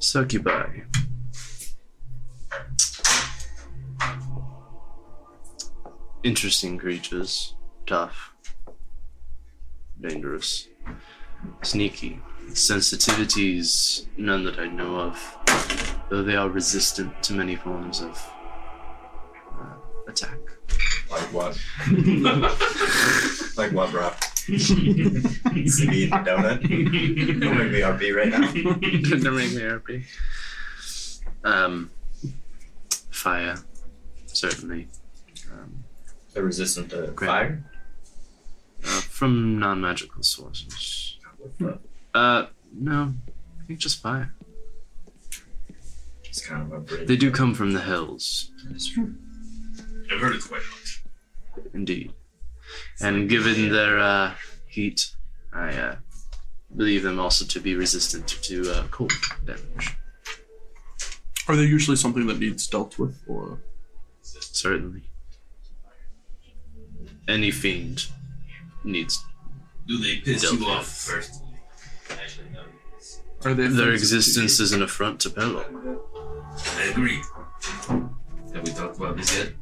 Succubi. Interesting creatures, tough dangerous, sneaky. Sensitivities, none that I know of, though they are resistant to many forms of uh, attack. Like what? like what, bro? Is it eating a donut? Don't make me RP right now. Don't make me happy. Um, fire, certainly. Um, They're resistant to Great. fire. uh, from non magical sources. Uh, no, I think just fire. It's kind of a bridge. They do come from the hills, That's true. I've heard it's quite hot. Indeed. And given their uh, heat, I uh, believe them also to be resistant to uh, cold damage. Are they usually something that needs dealt with, or Certainly. Any fiend needs. Do they piss Don't you know. off first? Actually, no. Are they Their existence is an affront to Pello. I agree. Have we talked about this yet?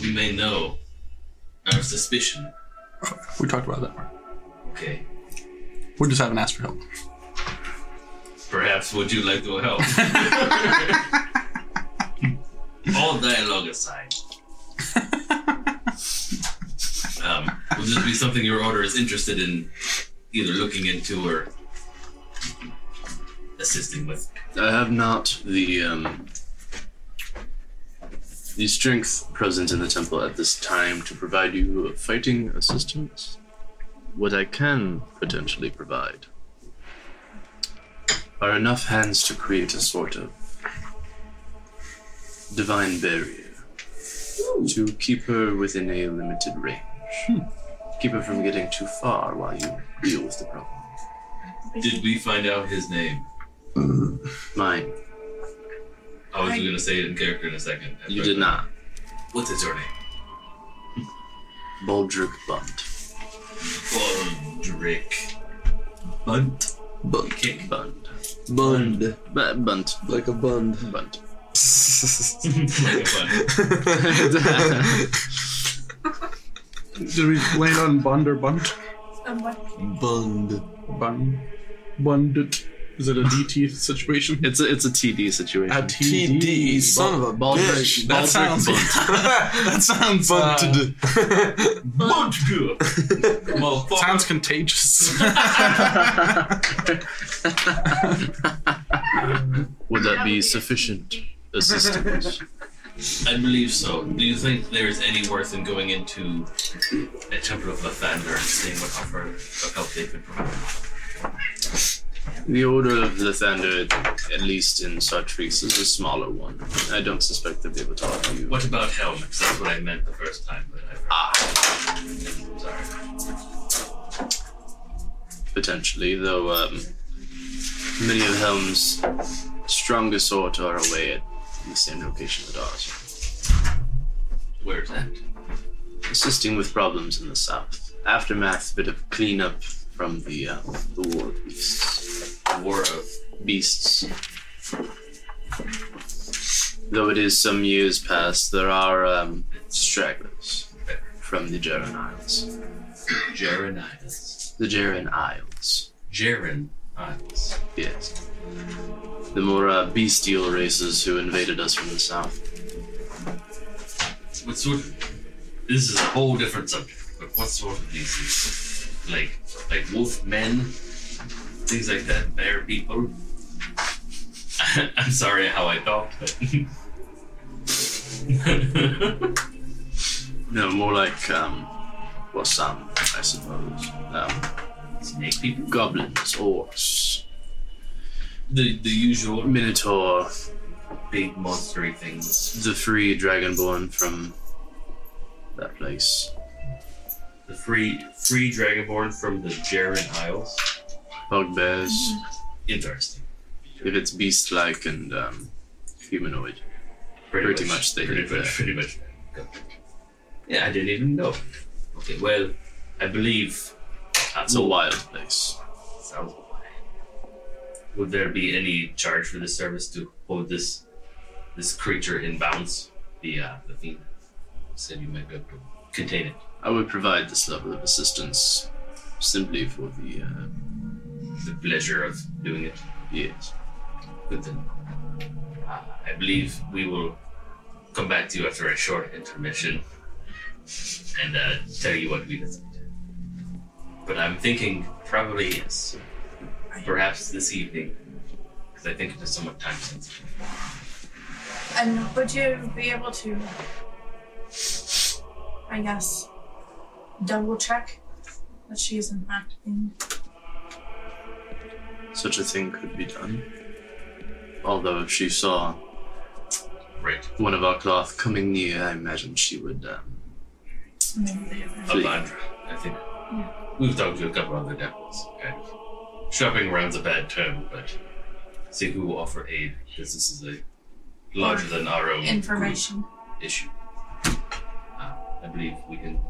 We may know our suspicion. We talked about that. Okay. We just haven't asked for help. Perhaps would you like to help? All dialogue aside. um, will this be something your order is interested in either looking into or assisting with? I have not the um, the strength present in the temple at this time to provide you fighting assistance. What I can potentially provide are enough hands to create a sort of divine barrier to keep her within a limited range. Keep her from getting too far while you deal with the problem. Did we find out his name? Mine, I was going to say it in character in a second. you did not. What is your name? Baldric Bunt. Bondrick. Bunt. bund? Kick. Bund. Bund, B- bunt. like a bund. Bunt. Bunt. Did we land on Bund or Bunt? Um, what? bund. Bund. Bundit. Is it a DT situation? it's a it's a TD situation. A TD, TD. son of a Baldric- bitch. That sounds. that sounds. uh, Bunt. Uh, Well, sounds contagious. Would that be sufficient assistance? I believe so. Do you think there is any worth in going into a temple of Lathander and seeing what offer of help they could provide? the Order of Lathander, at least in Sartrix, is a smaller one. I don't suspect that they would offer you. What about helm? 'Cause that's what I meant the first time. But I Ah, Sorry. potentially, though um, many of Helm's stronger sort are away at the same location that ours, Where's that? assisting with problems in the south. Aftermath, bit of cleanup from the uh, the war of beasts. War of. beasts. Though it is some years past, there are um, stragglers from the Geron Isles. Jaren Isles. the Jaren Isles. Jaren Isles. Yes. The more uh, bestial races who invaded us from the south. What sort of, this is a whole different subject, but what sort of beasts? Like, like wolf men? Things like that, bear people? I'm sorry how I talk, but. No, more like, um, well, some, I suppose. Um, Snake people? goblins, orcs, The, the usual minotaur, big monstery things. the free dragonborn from that place. The free, free dragonborn from the Jaren Isles. Bugbears, Interesting. if it's beast-like and um, humanoid. Pretty, Pretty much they pretty did much, that. pretty much. Yeah, I didn't even know. Okay, well, I believe It's a wild place. Sounds wise. Would there be any charge for this service to hold this this creature in bounds? The uh, the fiend said you might be able to contain it. I would provide this level of assistance simply for the uh, The pleasure of doing it. years. Good then. Uh, I believe we will come back to you after a short intermission and uh, tell you what we decided. But I'm thinking probably yes, perhaps this evening, because I think it is somewhat time sensitive. And would you be able to, I guess, double check that she is in fact being Such a thing could be done. Although if she saw Right. one of our cloth coming near, I imagine she would. Um, maybe the other? Flee. Alondra, I think. We've talked to a couple other devils, kind of. Shopping around's a bad term, but see who will offer aid, because this is a larger than our own information. group issue. Uh, I believe we can.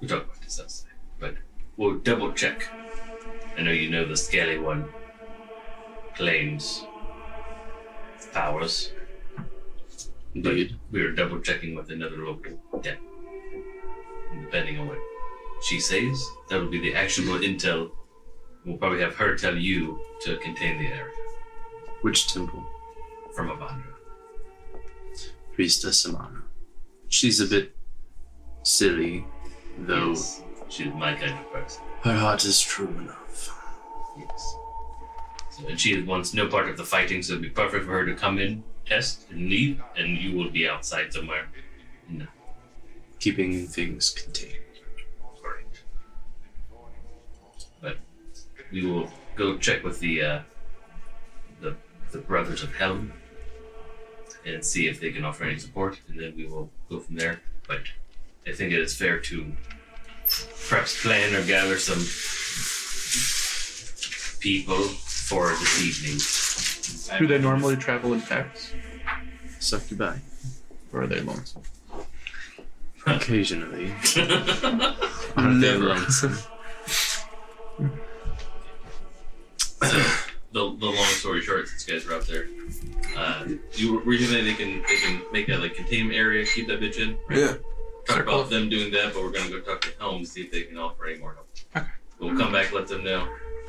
We'll talk about this outside, but we'll double check. I know you know the scaly one claims powers. But indeed. we were double checking with another local debt. And depending on what she says, that will be the actionable intel. We'll probably have her tell you to contain the area Which temple? from Avandra. Priestess Amana. She's a bit silly, though Yes, She's my kind of person. her heart is true enough. Yes. So, and she wants no part of the fighting, so it'd be perfect for her to come in, test, and leave, and you will be outside somewhere. No. Keeping things contained. Correct. But we will go check with the uh, the the brothers of Helm and see if they can offer any support, and then we will go from there. But I think it is fair to perhaps plan or gather some people for this evening. Do they normally travel in packs, Suck you by. or are they lonesome? Occasionally. Never. the, the long story short, since you guys were out there, uh, you were, were you thinking they can they can make that like containment area, keep that bitch in? Right? Yeah. Talk about them doing that, but we're gonna go talk to Helm see if they can offer any more help. We'll come back, let them know.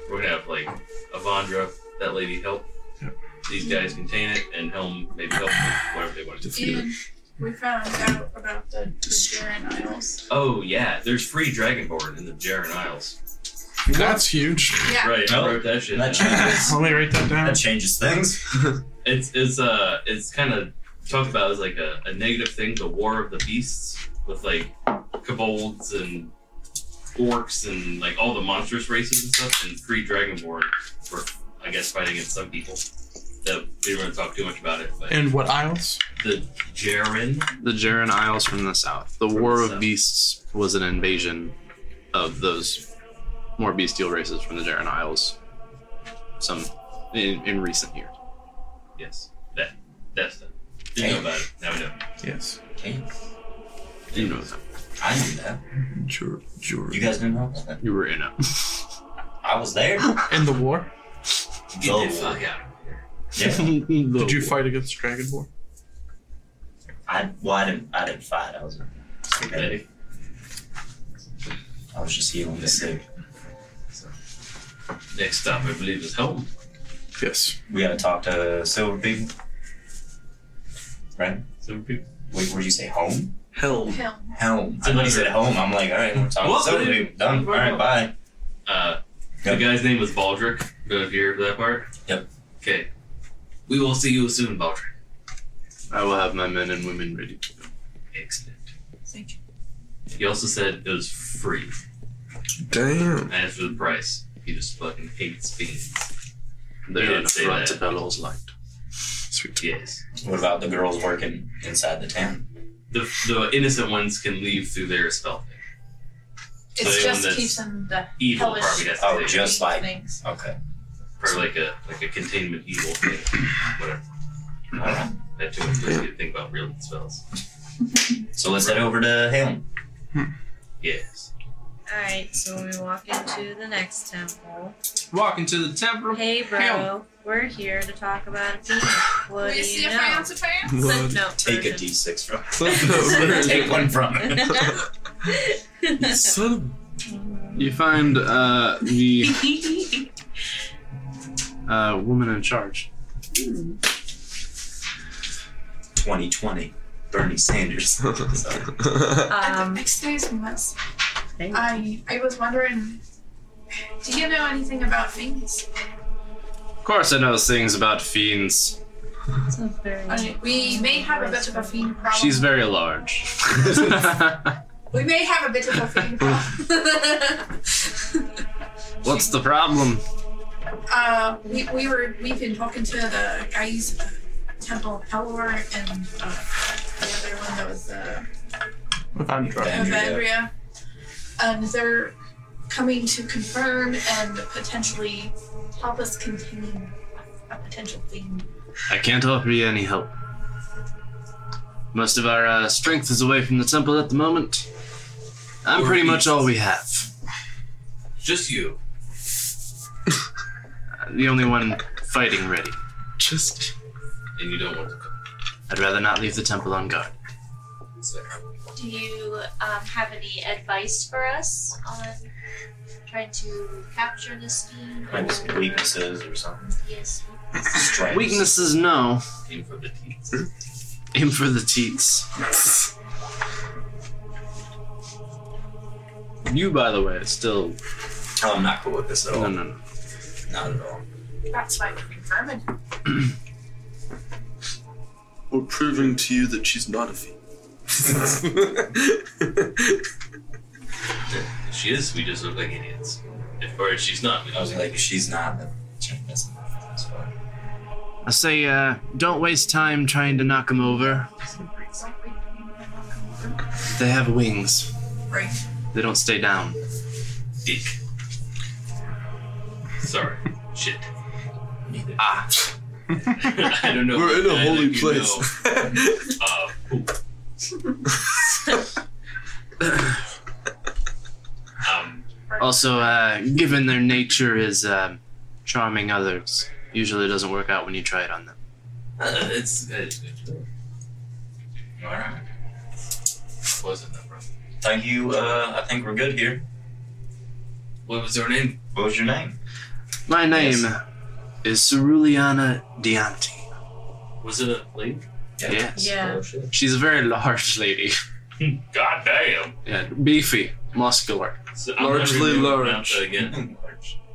We're gonna have like Avandra, that lady help. These guys contain it, and Helm maybe help with whatever they want to do. And we found out about the Jaren Isles. Oh yeah, there's free Dragonborn in the Jaren Isles. That's huge. Yeah. Right, I wrote that shit. And that down. changes. Let me write that down. that changes things. it's it's uh it's kind of talked about as like a, a negative thing the war of the beasts with like kobolds and orcs and like all the monstrous races and stuff and free dragonborn were i guess fighting against some people that we don't want to talk too much about it but And what isles? the jaren the Jaren Isles from the south. The From War the of south. Beasts was an invasion of those more bestial races from the Jaren Isles. Some in, in recent years. yes that that's the didn't know about it now we know Yes. Damn, You know them. I knew that. Sure, sure. You guys didn't know about that. You were in it. I was there. In the war? get the Go. fuck out Yeah. Did you fight against Dragonborn? I well, I didn't. I didn't fight. I was. okay I was just healing the sick. Next stop, I believe, is home. Yes. We gotta talk to Silver People. Right? So people. Wait, where'd you say home? Helm. Hell, Home. I thought you said home. I'm like, all right, we're talking What? to Silver People. Done. All right, bye. Uh, Yep. The guy's name was Baldrick. Did you hear that part? Yep. Okay. We will see you soon, Baldrick. I will have my men and women ready to go. Excellent. thank you. He also said it was free. Damn. And as for the price, he just fucking hates beans. They They didn't are say right that. bellows light. Sweet. Yes. What about the girls working inside the town? The, the innocent ones can leave through their spell thing. So It's anyone just that's keeps them the Evil hellish probably has to Oh, do. ju- Just like- Oh. things. Okay. Or like a like a containment evil thing. Whatever. All right. That too much you think about real spells. So let's head over to Helm. Yes. Alright, so we walk into the next temple. Walking to the temple. Hey, bro, Hell. we're here to talk about a penis. What Will you do see you if I know? answer fans? Cliff note Take a version. d6 from Cliff Take one from it. note. Son of You find uh, the uh, woman in charge. 2020. Bernie Sanders. Sorry. At the um, next day's mess, I I was wondering, do you know anything about things? Of course, I know things about fiends. that's a very- I- we may have a bit of a fiend problem. She's very large. we may have a bit of a fiend problem. What's the problem? uh, we, we were we've been talking to the guys at the Temple of Pelor and uh, the other one that was uh, Without drugs. Andrea. Evandria, and they're coming to confirm and potentially help us contain a potential fiend. I can't offer you any help. Most of our uh, strength is away from the temple at the moment. I'm Or pretty much beasts. all we have. Just you. The only one fighting ready. just And you don't want to come. I'd rather not leave the temple on guard. So, Do you um, have any advice for us on trying to capture this fiend? Might be some or- weaknesses or something. Yes. Strengths. Weaknesses, no. came for the teeth. Aim for the teats. You, by the way, still. Oh, I'm not cool with this at all. No, no, no. Not at all. That's why we're confirming. we're proving to you that she's not a fiend. If she is, we just look like idiots. If, or if she's not, we I just was look like like, if idiots. she's not, then check this out. So, I say, uh, don't waste time trying to knock them over. They have wings. Right. They don't stay down. Dick. Sorry. Shit. neither. Ah. I don't know. We're in a I holy think you place. know, uh, poop. um, Also, uh, given their nature is um, charming others, usually doesn't work out when you try it on them. uh, it's good. all right. Wasn't that rough? Thank you. Uh, I think we're good here. What was her name? What was your name? My name Yes. is Ceruliana Dianti. Was it a lady? Yes. Yeah. Oh, shit. She's a very large lady. God damn. Yeah, beefy, muscular. So I'm Largely never gonna large. pronounce that Again.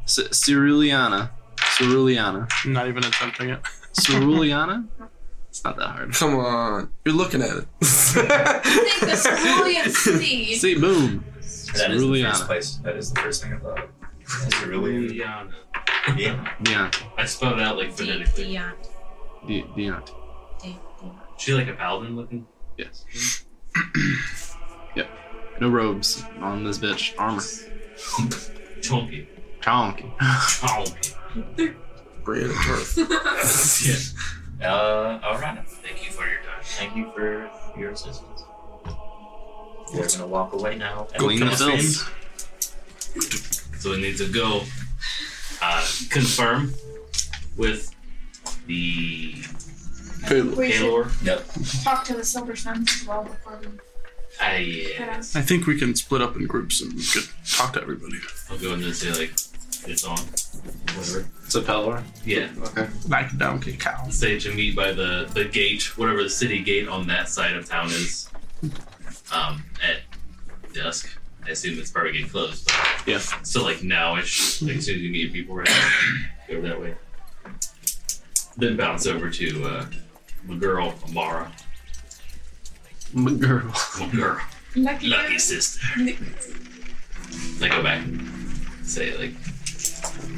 C- Ceruliana. Ceruliana. I'm not even attempting it. Ceruliana? it's not that hard. Come on. You're looking at it. I think the cerulean city. See, boom. That is the Ceruleana. first place. That is the first thing I thought. That's really Juliana. yeah. Dianti. I spelled it out like De- phonetically. Dion. Di- Dianti. De- Dion. She like a paladin looking? Yes. yep. No robes on this bitch. Armor. Chonky. Chonky. Chonky. Brand and turf. Yeah. Uh, all right. Thank you for your time. Thank you for your assistance. We're gonna walk away now. Clean the kill fiends. filth. So it needs to go uh, confirm with the Hey, look. We should Kalor. Yep. talk to the Silver Suns as well before we Ah, yeah. I think we can split up in groups and we could talk to everybody. I'll go in and say, like, it's on. Whatever. So Pelor. Yeah. Okay. Like down kick cow. Say to meet by the, the gate, whatever the city gate on that side of town is, um, at dusk. I assume it's probably getting closed. But Yeah. So, like, nowish. Like, as soon as you meet people, right now, go that way. Then bounce over to uh, the girl, Amara. Girl. girl. Lucky. Lucky sister. I go back and say, like,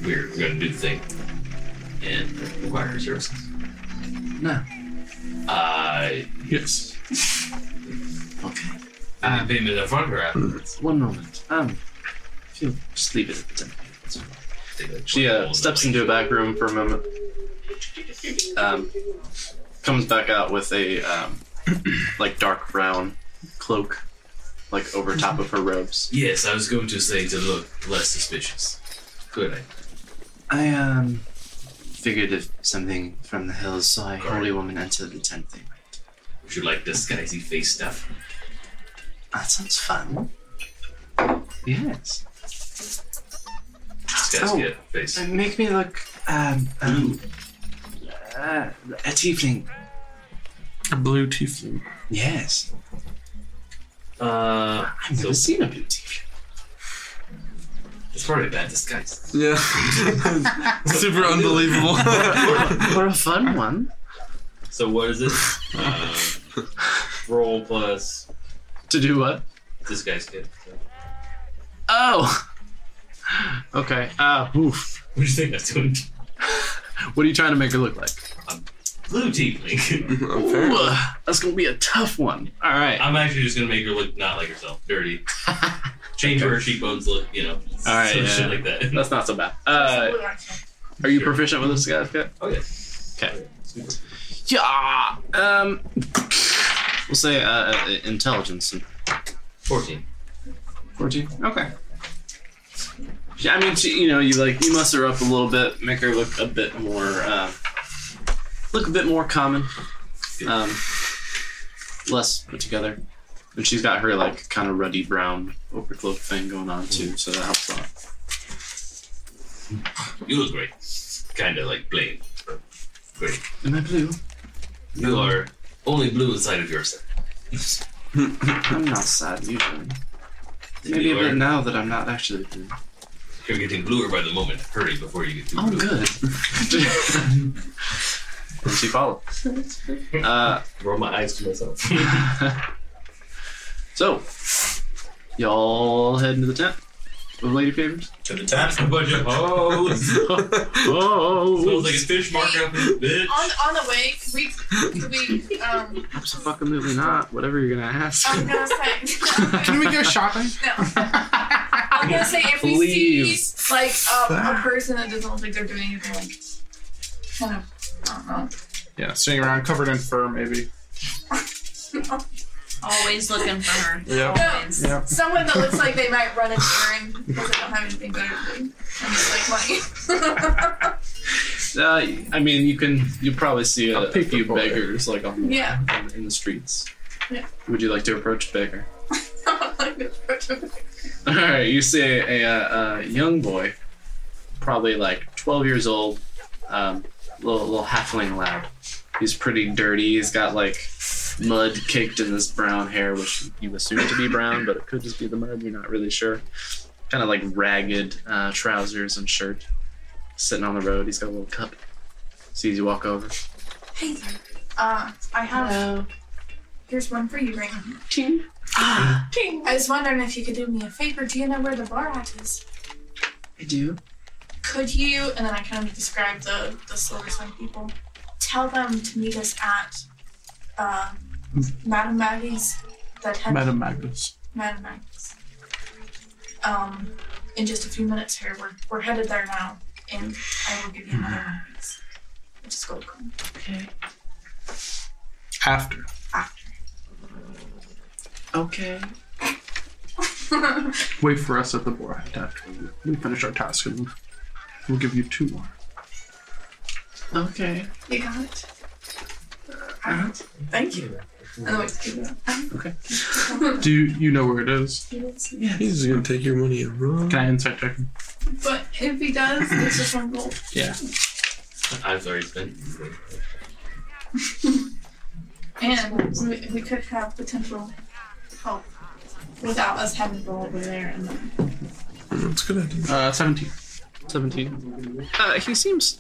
we're going to do the thing and require her services. No. Uh, Yes. Okay. I pay me the front her afterwards. One moment. Um, if you just leave it at the temple. That's fine. Take, like, She one uh, bowl steps and, into a back room for a moment. Um, comes back out with a um, like dark brown cloak, like over top of her robes. like- Yes, I was going to say to look less suspicious. Good. idea. I um figured if something from the hills saw a holy woman enter the tent, they might. Would you like disguisey face stuff? That sounds fun. Yes. Disguise Oh. yeah, face. Uh, Make me look um, um uh, a tiefling. A blue tiefling. Yes. Uh, I've never So- seen a blue tiefling. it's probably a bad disguise. Yeah. Super unbelievable. or a fun one. So what is it? uh, roll plus To do what? disguise kit. So. Oh. Okay. Uh, oof. What do you think that's doing? What are you trying to make her look like? Blue tiefling. Ooh, uh, that's gonna be a tough one. All right. I'm actually just gonna make her look not like herself, dirty. Change where her cheekbones look, you know. All right, some yeah. shit like that. That's not so bad. Uh, Blue accent. are you proficient with this guy? Okay. oh yeah. Okay. Super. Yeah. Um. We'll say uh, uh, intelligence and Fourteen. fourteen. Okay. Yeah, I mean, she, you know, you like you muss her up a little bit, make her look a bit more, uh, look a bit more common, um, less put together. And she's got her like kind of ruddy brown overcloak thing going on too, so that helps a lot. You look great. Kinda like Blaine. but Great. Am I blue? You are only blue inside of yourself. I'm not sad usually. Maybe a you are, bit now that I'm not actually blue. You're getting bluer by the moment. Hurry before you get too Oh, blue. good. and she followed. Uh, Roll my eyes to myself. so, y'all head into the tent with Lady Favors. To the tent. A bunch of hoes. Smells Oh, like a fish market up in this bitch. On on the way, could we could we um absolutely not. Whatever you're gonna ask. I'm gonna say Can we go shopping? no. I'm gonna say if we Please. see like um, a person that doesn't look like they're doing anything like kind of I don't know. Yeah, sitting around covered in fur maybe. Always looking for her. Yeah. Always. Yeah. Someone that looks like they might run an errand because they don't have anything better to do. And it's like money. Uh, I mean, you can. You probably see a, A a, paper few boy. beggars like on the Yeah. in, in the streets. Yeah. Would you like to approach a beggar? Like the approach of- All right, you see a, a, a young boy, probably like 12 years old, um, little little halfling lad. He's pretty dirty. He's got like mud caked in his brown hair, which you assume to be brown, but it could just be the mud. You're not really sure. Kind of like ragged uh, trousers and shirt. Sitting on the road, he's got a little cup. Sees you walk over. Hey, uh, I have. Here's one for you right now. Ting. I was wondering if you could do me a favor. Do you know where the bar at is? I do. Could you? And then I kind of describe the the Silverstone people. Tell them to meet us at uh, Madame Maggie's. That head Madam Magnus. Mad Max. Um, in just a few minutes here, we're, we're headed there now, and I will give you another Max. Just go coin. After. Ah. Okay. Wait for us at the boar hut after we- we finish our task and we'll give you two more. Okay. You got it. Alright. Thank you. And then we do that. Do you, you know where it is? He's gonna take your money and run. Can I insight check? him? But if he does, it's just one gold. I've already spent. And we, we could have potential help without us having to go over there. And then. That's a good idea. Uh, 17. 17. Uh, he seems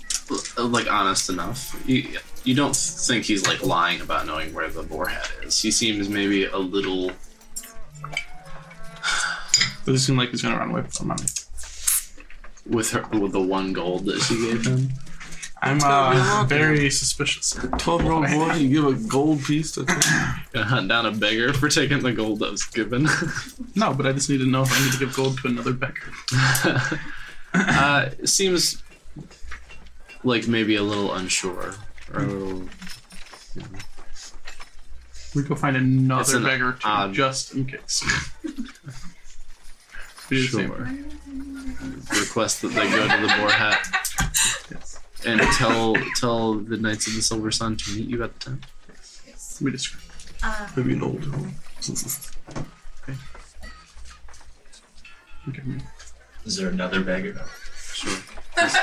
uh, like honest enough. You, you don't think he's like lying about knowing where the boar head is. He seems maybe a little. Does it seem like he's gonna run away with some money? With her, with the one gold that she gave him, I'm uh, very suspicious. Twelve year old boy, you give a gold piece to gonna hunt down Uh, a beggar for taking the gold that was given. No, but I just need to know if I need to give gold to another beggar. uh, seems like maybe a little unsure or a little We go find It's another an beggar too, odd- just in case. Do the same. Sure. request that they go to the boar hat and tell tell the knights of the silver sun to meet you at the tent. We just Um, maybe an old one. okay. Is there another beggar? you get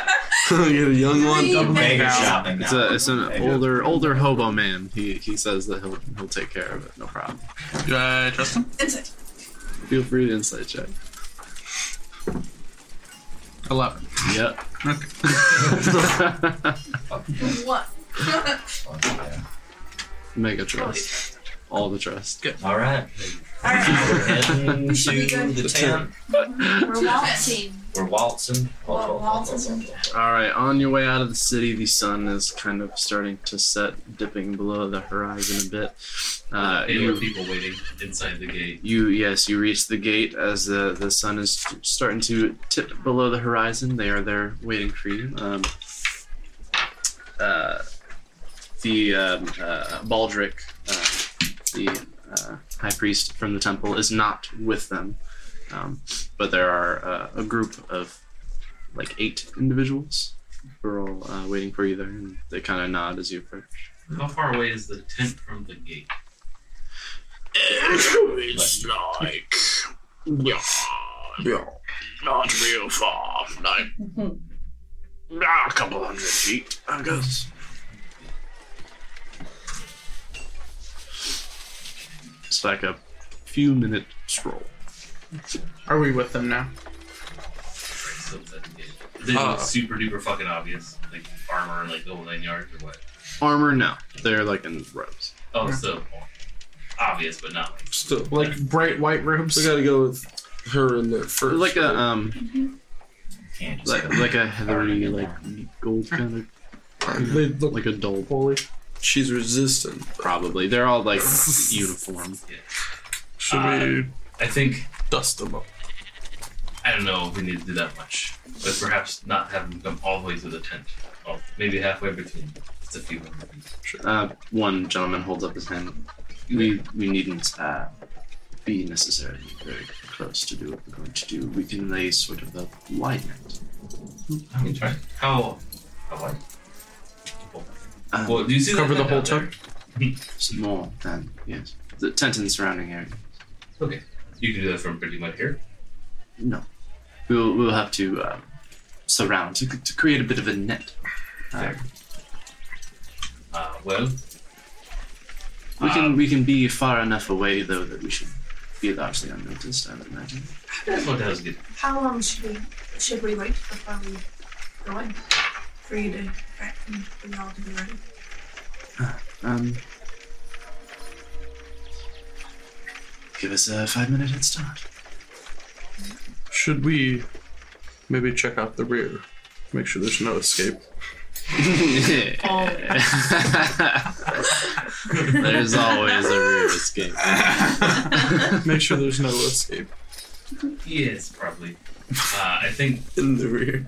a young one. Three double- Beggar Now. shopping now. It's, a, it's an older older hobo man. He he says that he'll he'll take care of it, no problem. Do I trust him? Insight. Feel free to insight check. Eleven. Yep. Okay. One. Mega trust. All the trust. All right. All right. We're heading should be to good. the tent. we're waltzing. We're waltzing. Well, waltzing. All right, on your way out of the city, the sun is kind of starting to set, dipping below the horizon a bit. Uh, Hey, there you were people waiting inside the gate. You yes, you reach the gate as the the sun is starting to tip below the horizon. They are there waiting for you. Um, uh, the um, uh, Baldric, uh, the uh, high priest from the temple, is not with them, um, but there are uh, a group of like eight individuals who are all uh, waiting for you there, and they kind of nod as you approach. How far away is the tent from the gate? It's Uh. like, yeah, Yeah. not real far, like ah, a couple hundred feet, I guess. It's like a few minute stroll. Are we with them now? So it's at the gate. They look Uh. super duper fucking obvious, like armor and like the whole nine yards or what. Armor, no, they're like in rows. Oh, so obvious, but not like Still, Like bright white we robes. gotta go with her in there first. like a right? um Can't just like, go. like a heathery like gold kind of They look like a dull Holy. She's resistant. probably they're all like uniform Should Uh, we I think dust them up? I don't know if we need to do that much, but perhaps not have them come all the way to the tent. Well, maybe halfway between. It's a few hundred feet. uh one gentleman holds up his hand we we needn't uh be necessarily very close to do what we're going to do we can lay sort of a wide net I mean, try. How? How wide? Um, well, do you see cover that the whole tent out there? more than yes the tent in the surrounding area Okay, you can do that from pretty much here. no we'll we'll have to uh, surround to, to create a bit of a net Uh, Uh, well, We can we can be far enough away though that we should be largely unnoticed. I would imagine. that's what that was good. How long should we should we wait before we go in for you to back and for y'all to be ready? Um, give us a five minute head start. Should we maybe check out the rear? Make sure there's no escape. There's always a rear escape. Make sure there's no escape Yes, probably. Uh, I think in the rear.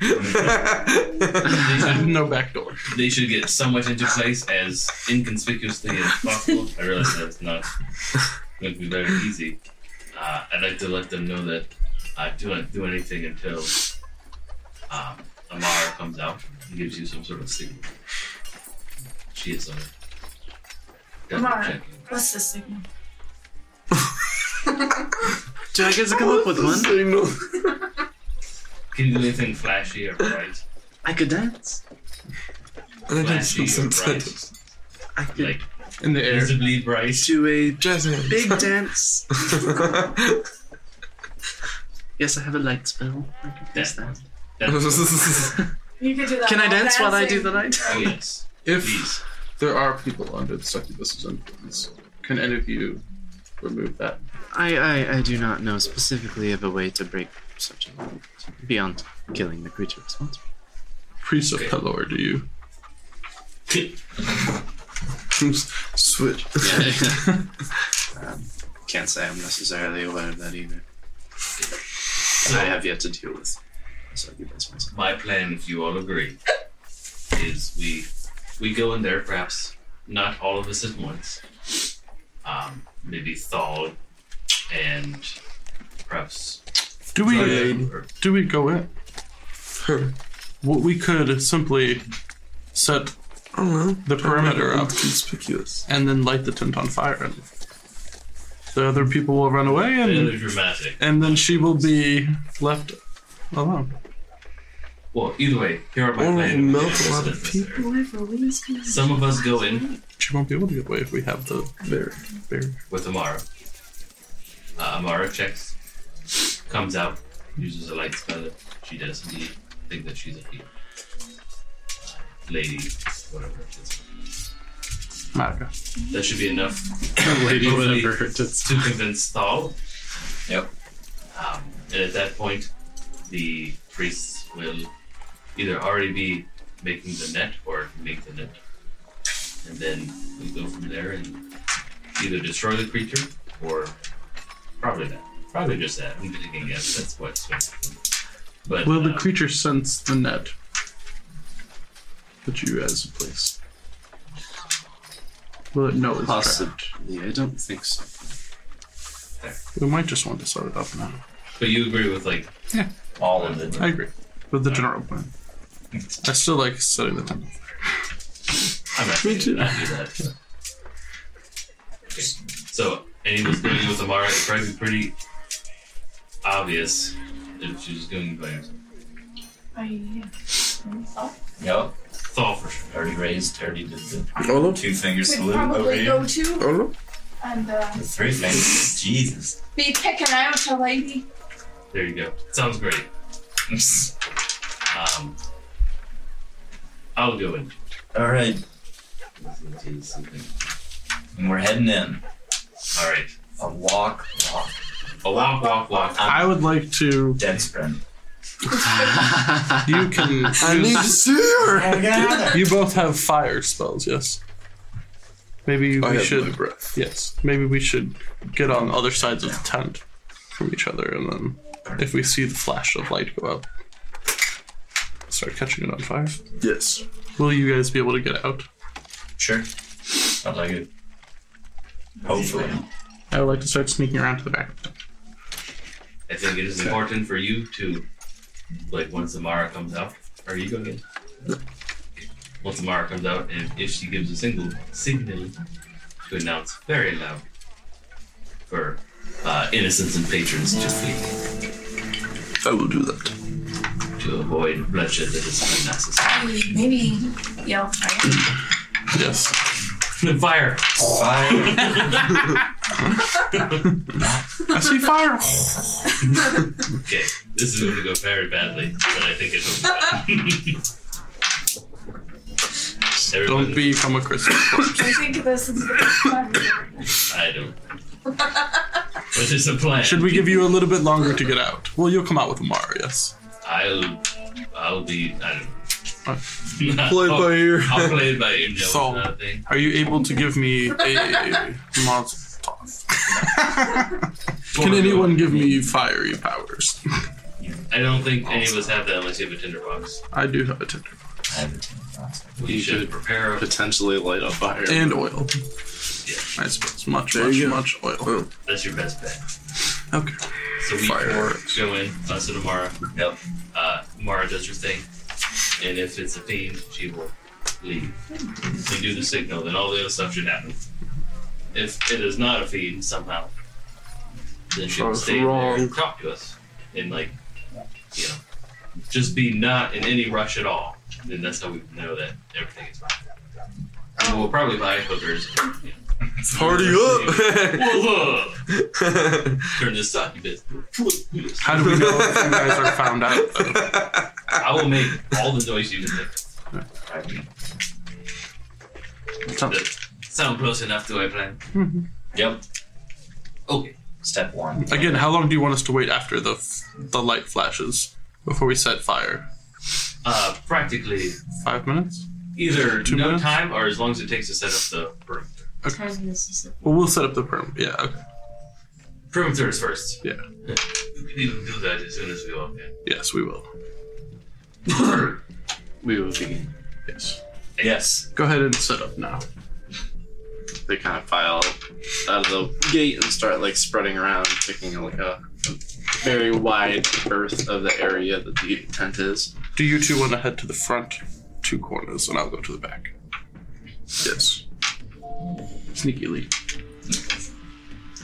they should, No back door. they should get somewhat into place as inconspicuously as possible. I realize that's not going to be very easy. Uh, I'd like to let them know that I do not do anything until um, Amara comes uh, out and gives you some sort of signal. She is on it. Mark, what's this signal? Do I get to come up with one? Signal. Can you do anything flashy or bright? I could dance. And I did Flashy or some bright? sentence. I could Like in the air. visibly bright. do a Jazz hands. big dance. Yes, I have a light spell. I could Yeah. dance that. That's- You could do that. Can I Oh, while dance while I do dancing. the light? oh yes. If Please. there are people under the succubus's influence, can any of you remove that? I, I, I do not know specifically of a way to break such a light beyond killing the creature responsible. Priest of Pelor, do you? Switch. Yeah. um, can't say I'm necessarily aware of that either. I have yet to deal with succubus myself. My plan, if you all agree, is we we go in there, perhaps not all of us at once. Um, maybe Thal and perhaps Do Thal we or do we go in? Well, we could simply set I don't know. the perimeter up Conspicuous. and then light the tent on fire. And the other people will run away, fairly and dramatic. and then she will be left alone. Well, either way, here are my Or plans. melt a lot of Some of us go in She won't be able to get away if we have the bear. bear. with Amara. Uh, Amara checks, comes out, uses a light spell. She does indeed think that she's a healer. Uh, lady, whatever it is. Maga. That should be enough Lady, Hopefully- whatever. That's to convince Thal. Yep. Um, and at that point, the priests will either already be making the net or make the net. And then we'll go from there and either destroy the creature or probably that. Probably just that. I'm thinking, yes, that's what's going to happen. But Will the uh, creature sense the net that you guys have placed? Will it know it's possibly. trapped? I don't think so. We might just want to set it up now. but you agree with like All of it. I agree with the general plan. I still like setting the tent. I'm not Me going too. to not do that. Okay. So, any was going with Amara, it'd probably be pretty obvious if she's going by herself. Oh, Yep. Thal for sure. Already raised, already did the Hello? two finger We'd salute over probably go you. to Hello? and uh, The three fingers. Jesus. be picking out a lady. There you go. Sounds great. Um, I'll go in. All right. All And we're heading in. right. A walk, walk, A walk, walk, walk. I would like to. dead sprint. You can. I need to see her! You both have fire spells, yes. Maybe I we have should. my breath. Yes, maybe we should get on other sides of the tent from each other, and then if we see the flash of light go up, start catching it on fire. Yes. Will you guys be able to get out? Sure. Sounds like it. Hopefully. I would like to start sneaking around to the back. of the tent. I think it is important for you to, like, once Amara comes out, are you going in? Once Amara comes out, and if she gives a single signal to announce very loud for uh, innocents and patrons to flee, I will do that. to avoid bloodshed that is unnecessary. Maybe yell fire. Yes. Fire! Fire. I see fire. Okay, this is going to go very badly, but I think it'll be fine. Everyone, Don't become a Christmas corpse. I think this is the first time. we've ever done it. I don't. What is the plan? Should we give you a little bit longer to get out? Well, you'll come out with Amara, yes. I'll, I'll be. I Alright. don't. know. Play it by ear. I'll play it by ear. That was So- another thing. Are you able to give me a Molotov? Can anyone give me fiery powers? I don't think any of us have that unless you have a tinderbox. I do have a tinder I have a tin box. You should should. prepare. a- Potentially light a fire. and oil. Yeah. I suppose much, There much, you go. much oil. Oh, That's your best bet. Okay. So we four Fireworks. go in. Us and Amara. Yep. Uh, Amara does her thing, and if it's a fiend, she will leave. We do the signal, then all the other stuff should happen. If it is not a fiend somehow, then she will Something's stay there wrong. and talk to us. And, like, you know, just be not in any rush at all. And then that's how we know that everything is fine. And we'll probably buy hookers. and, you know, Party up! Whoa, whoa, turn this side, you bitch. How do we know if you guys are found out? Though? I will make all the noise you can make. That sound close enough to a plan. Yep. Okay. Step one. Again, how long do you want us to wait after the f- the light flashes before we set fire? Uh, practically Five minutes. either Two no minutes? time or as long as it takes to set up the perimeter. Time Mississippi. Well, we'll set up the perm. Yeah. Okay. Perimeter is first. Yeah. We need to do that as soon as we walk in. Yes, we will. We will begin. Yes. Yes. Go ahead and set up now. They kind of file out of the gate and start like spreading around, taking like a, a very wide berth of the area that the tent is. Do you two want to head to the front two corners, and I'll go to the back? yes. Sneakily.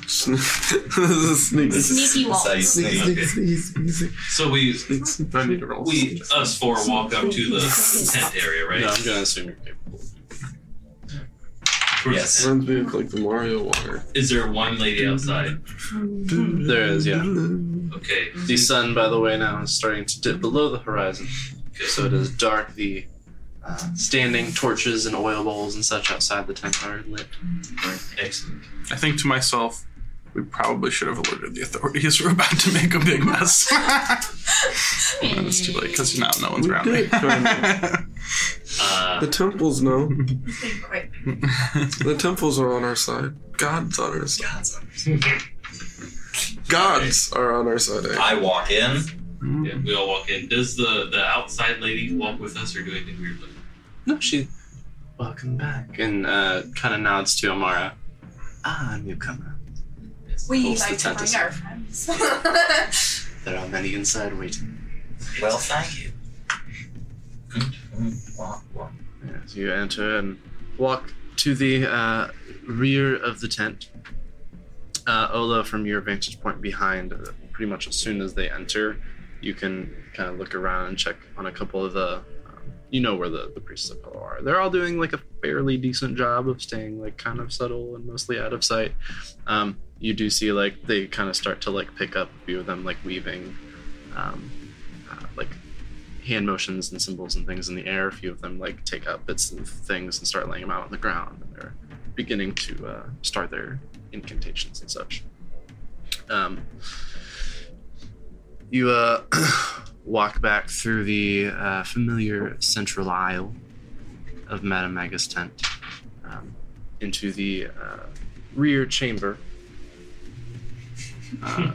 Sn- this is sneak. Sneaky That's how you waltz. sneak. Okay. So we I need to roll. we uh, us four walk up to the tent area, right? No, I'm gonna assume you're capable. Towards the Yes. Reminds tent. me of like the Mario water. Is there one lady outside? There is, yeah. Okay. The sun, by the way, now is starting to dip below the horizon, okay. so it is dark. The uh, standing torches and oil bowls and such outside the tent are lit. Excellent. I think to myself, we probably should have alerted the authorities. We're about to make a big mess. and it's too late because now no one's We around did, me. Uh, The temples know. Wait, The temples are on our side. God's on our side. Gods are on our side. eh? I walk in. yeah, we all walk in. Does the the outside lady walk with us or do anything weird? Like No, she. Welcome back, and uh, kind of nods to Amara. Ah, newcomer. we Who's the like to tent bring our friends. There are many inside waiting. Well, thank you. Mm, Walk, walk. As you enter and walk to the uh, rear of the tent, uh, Ola, from your vantage point behind, uh, pretty much as soon as they enter, you can kind of look around and check on a couple of the. um, You know where the, the priests of Pillar are. They're all doing like a fairly decent job of staying like kind of subtle and mostly out of sight. Um, you do see like they kind of start to like pick up a few of them like weaving, um, uh, like hand motions and symbols and things in the air. A few of them like take up bits of things and start laying them out on the ground. And they're beginning to uh, start their incantations and such. Um, you uh, walk back through the uh, familiar central aisle of Madame Maga's tent um, into the uh, rear chamber. Uh,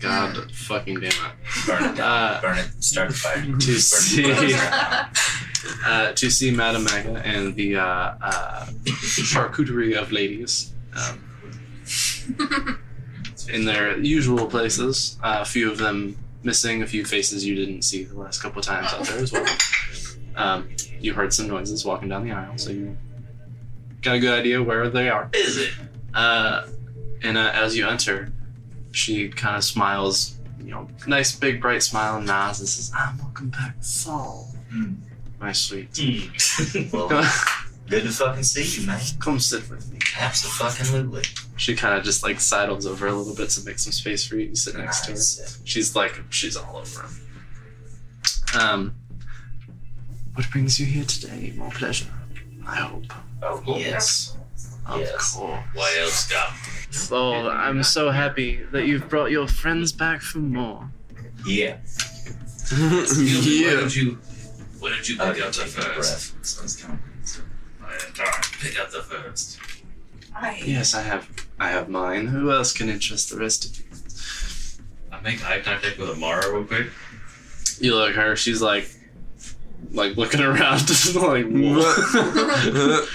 God fucking damn it Burn it down. Uh, Burn it. Start the fire. Burn to it. see uh, to see Madame Maga and the uh, uh, charcuterie of ladies um, in their usual places. Uh, a few of them missing, a few faces you didn't see the last couple of times out there as well. Um, you heard some noises walking down the aisle, so you got a good idea where they are. Is it? Uh, and uh, as you enter, she kind of smiles, you know, nice big bright smile and nods and says, "I'm welcome back, Saul, Mm. my sweet. Hmm. Well, good to fucking see you, man. Come sit with me." Absolutely. She kind of just like sidles over a little bit to make some space for you to sit next to her. Nice. She's like, she's all over him. Um, what brings you here today? More pleasure, I hope. Oh, yes. Of Yes. course. Why else, Scott? So I'm so happy that you've brought your friends back for more. Yeah. Excuse me, Why yeah. don't you? Why don't you pick I up gotta the take a breath. first? Sun's coming. Pick up the first. I Yes, I have. I have mine. Who else can interest the rest of you? I make eye contact with Amara real quick. You look at her. She's like, like looking around, just like "Whoa." eh?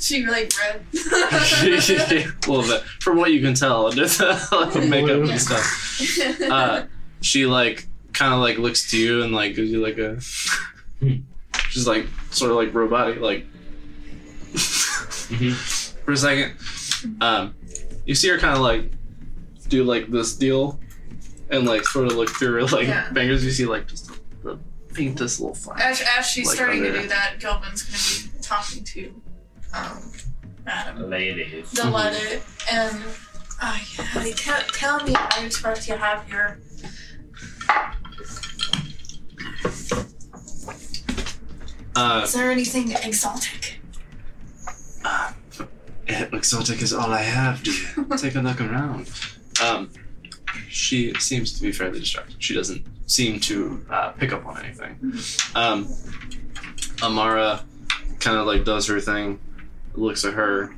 she really read. a little bit. From what you can tell, under the like, makeup and stuff. Uh, she like kind of like looks to you and like gives you like a. She's like sort of like robotic like. for a second, Um, you see her kind of like do like this deal, and like sort of look through her like Yeah. fingers. You see like just the faintest little flash. As, as she's Like starting other- to do that, Gilvin's going to be talking to um, Adam. Ladies. the letter and uh, yeah, they tell, tell me how you're supposed to have your Uh, is there anything exotic exotic is all I have, dear. Take a look around. Um, she seems to be fairly distracted. She doesn't seem to uh, pick up on anything. Um, Amara kind of like does her thing, looks at her,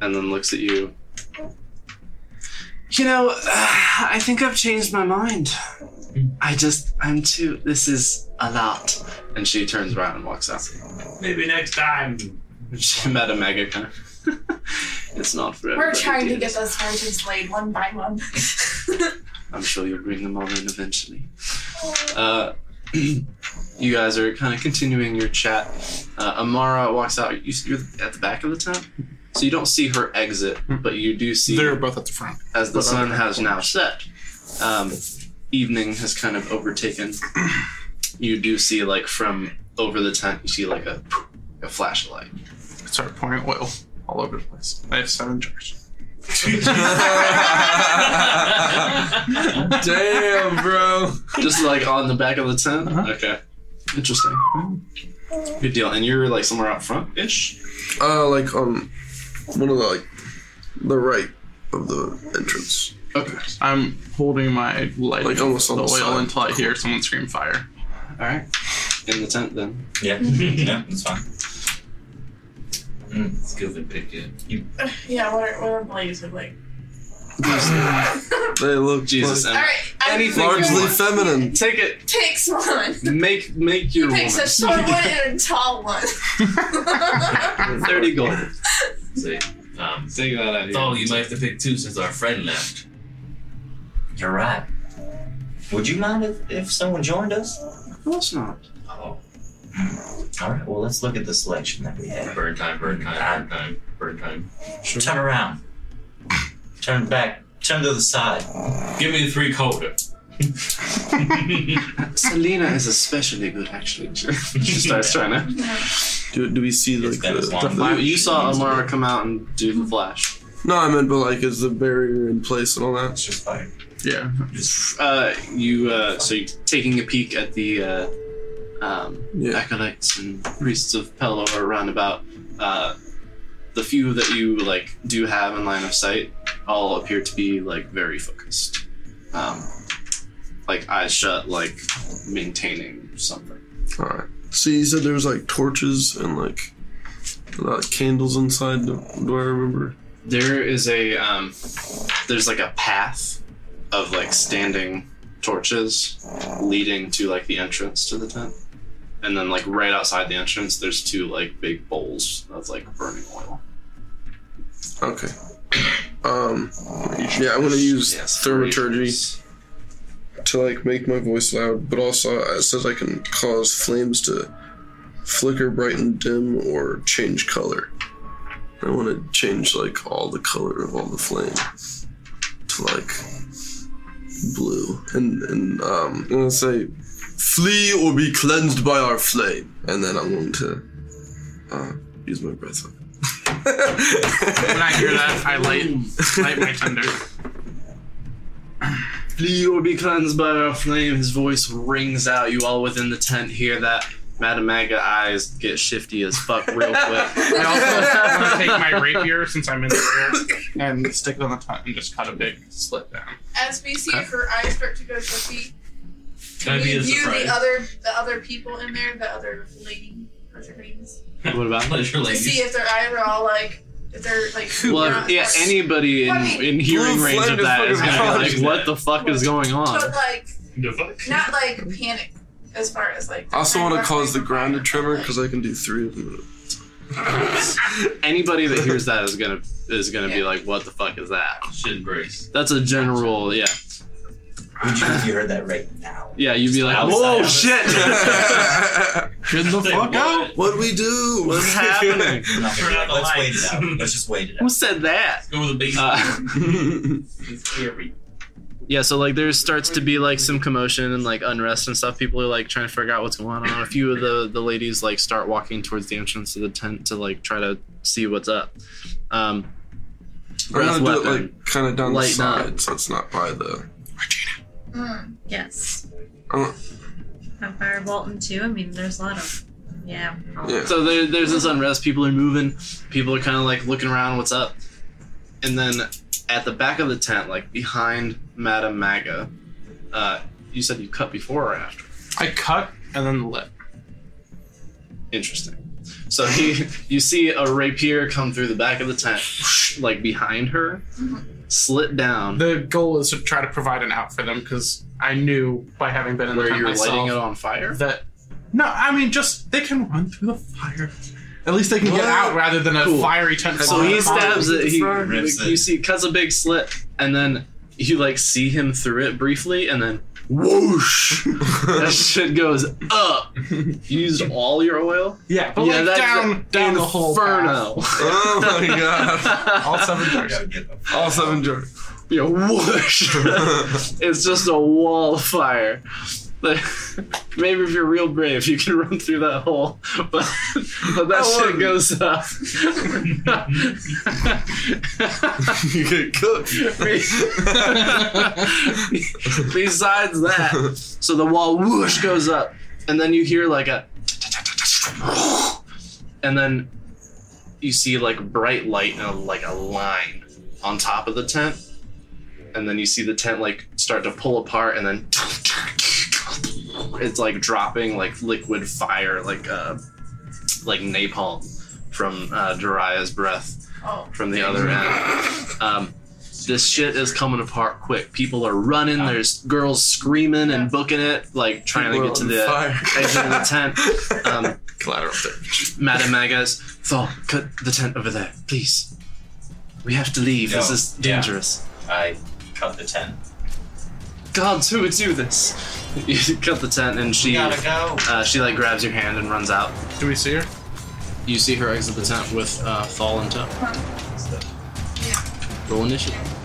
and then looks at you. You know, uh, I think I've changed my mind. I just, I'm too, this is a lot. And she turns around and walks out. Maybe next time. She met a mega kind It's not for we're everybody. trying to dear. get those virgins laid one by one I'm sure you'll bring them all in eventually. Uh, you guys are kind of continuing your chat. Uh, Amara walks out. You, you're at the back of the tent, so you don't see her exit, but you do see They're both at the front. as the sun has now set. Um, evening has kind of overtaken. you do see like from over the tent, you see like a a flashlight. It's our pouring oil all over the place. I have seven jars. Damn, bro. Just like on the back of the tent. Okay, interesting. Good deal. And you're like somewhere out front ish. Uh, like on one of the like the right of the entrance. Okay. I'm holding my light Like almost on the oil the side. until I hear someone scream fire. All right. In the tent, then. Yeah, yeah, that's fine. It's good they picked it. yeah we're, we're blazing like They look Jesus. like Emma. all right I think Anything you're- largely feminine. Take it. takes one Make make your woman. takes a short one and a tall one Thirty gold. See, um, Take that out. oh, you might have to pick two since our friend left. You're right. Would you mind if, if someone joined us? Of course not. Oh, All right, well, let's look at the selection that we have. burn time, burn time, burn time, burn time. Turn around. Turn back. Turn to the side. Give me the three coda. Selena is especially good, actually. she starts trying to. Do, do we see It's like been as long the, as You, the- you saw Amara come out and do the flash. No, I meant, but like, is the barrier in place and all that? It's just fire. Yeah. Uh, you uh, so you're taking a peek at the uh, um, Yeah. acolytes and priests of Pelor around about. Uh, the few that you like do have in line of sight all appear to be like very focused, um, like eyes shut, like maintaining something. All right. See, you said there was like torches and like, like candles inside. Do, do I remember? There is a um, there's like a path of like standing torches leading to like the entrance to the tent, and then like right outside the entrance, there's two like big bowls of like burning oil. Okay. Um. Yeah, I want to use thermaturgy to like make my voice loud, but also it says I can cause flames to flicker, brighten, dim, or change color. I want to change like all the color of all the flame to like blue, and and um, I'm gonna say, flee or be cleansed by our flame, and then I'm going to uh, use my breath. When I hear that, I light light my tinder. Flee or be cleansed by our flame. His voice rings out. You all within the tent hear that. Madam Maga eyes get shifty as fuck real quick. I also want to take my rapier since I'm in the rear and stick it on the top and just cut a big slit down. as we see her eyes start to go puffy Can I we be a view surprise? the other the other people in there the other lady what's her name's what about? Pleasure to ladies. see if their eyes are all like if they're like Well, not- yeah, anybody in, in hearing Blue range flame of is that is fucking gonna be fine. like, what the fuck is going on? but like The fuck? not like panic as far as like I also want to cause the ground to tremor Like, because I can do three of them. Anybody that hears that is gonna is gonna be Yeah. like, what the fuck is that? Shit embrace. That's a general, yeah, Would you if you heard that right now? yeah. You'd be like, Outside whoa, of it. shit. Get the fuck out! What do we do? What's happening? We're not gonna Turn do out it. the Let's wait lights. it out. Let's just wait it Who out. said that? Go to the basement. Uh, It's scary. yeah, so like there starts to be like some commotion and like unrest and stuff. People are like trying to figure out what's going on. A few of the the ladies like start walking towards the entrance of the tent to like try to see what's up. Um, I'd rather with do it weapon. like kind of down the Lighten up. side, so it's not by the. Mm, yes. Uh. Oh, Vampire Bolton too. I mean, there's a lot of. Yeah. yeah. So there, there's this unrest. People are moving. People are kind of like looking around, what's up? And then at the back of the tent, like behind Madame Maga, uh, you said you cut before or after? I cut and then lit. Interesting. So he, you see a rapier come through the back of the tent, like behind her, slit down The goal is to try to provide an out for them because I knew by having been in the where tent you're myself lighting it on fire. that. No, I mean just they can run through the fire. At least they can get What? out rather than a Cool. fiery tent. So he stabs it. He Rips like, it. you see cuts a big slit, and then you like see him through it briefly, and then whoosh, that shit goes up. You used all your oil. Yeah, but Yeah, like that's down down the whole path. inferno. Oh my god. All seven We jars. gotta get the All seven jars. Yeah, whoosh. it's just a wall of fire. But maybe if you're real brave, you can run through that hole. But but that shit goes up. you get cooked. Besides that, so the wall whoosh goes up, and then you hear like a, and then you see like bright light and a, like a line on top of the tent, and then you see the tent like start to pull apart, and then it's like dropping like liquid fire, like uh, like napalm from uh, Dariah's breath Oh. from the other end. Um, this shit is coming apart quick. People are running. There's girls screaming and booking it, like trying to get to the fire. exit of the tent. Um, Collateral damage. Madame Magas, Thor, cut the tent over there, please. We have to leave. This No. is Yeah. dangerous. I cut the tent. Gods, who would do this? You cut the tent, and she Gotta go. uh, she like grabs your hand and runs out. Do we see her? You see her exit the tent with uh, Thal in tow. Stuff. Roll initiative.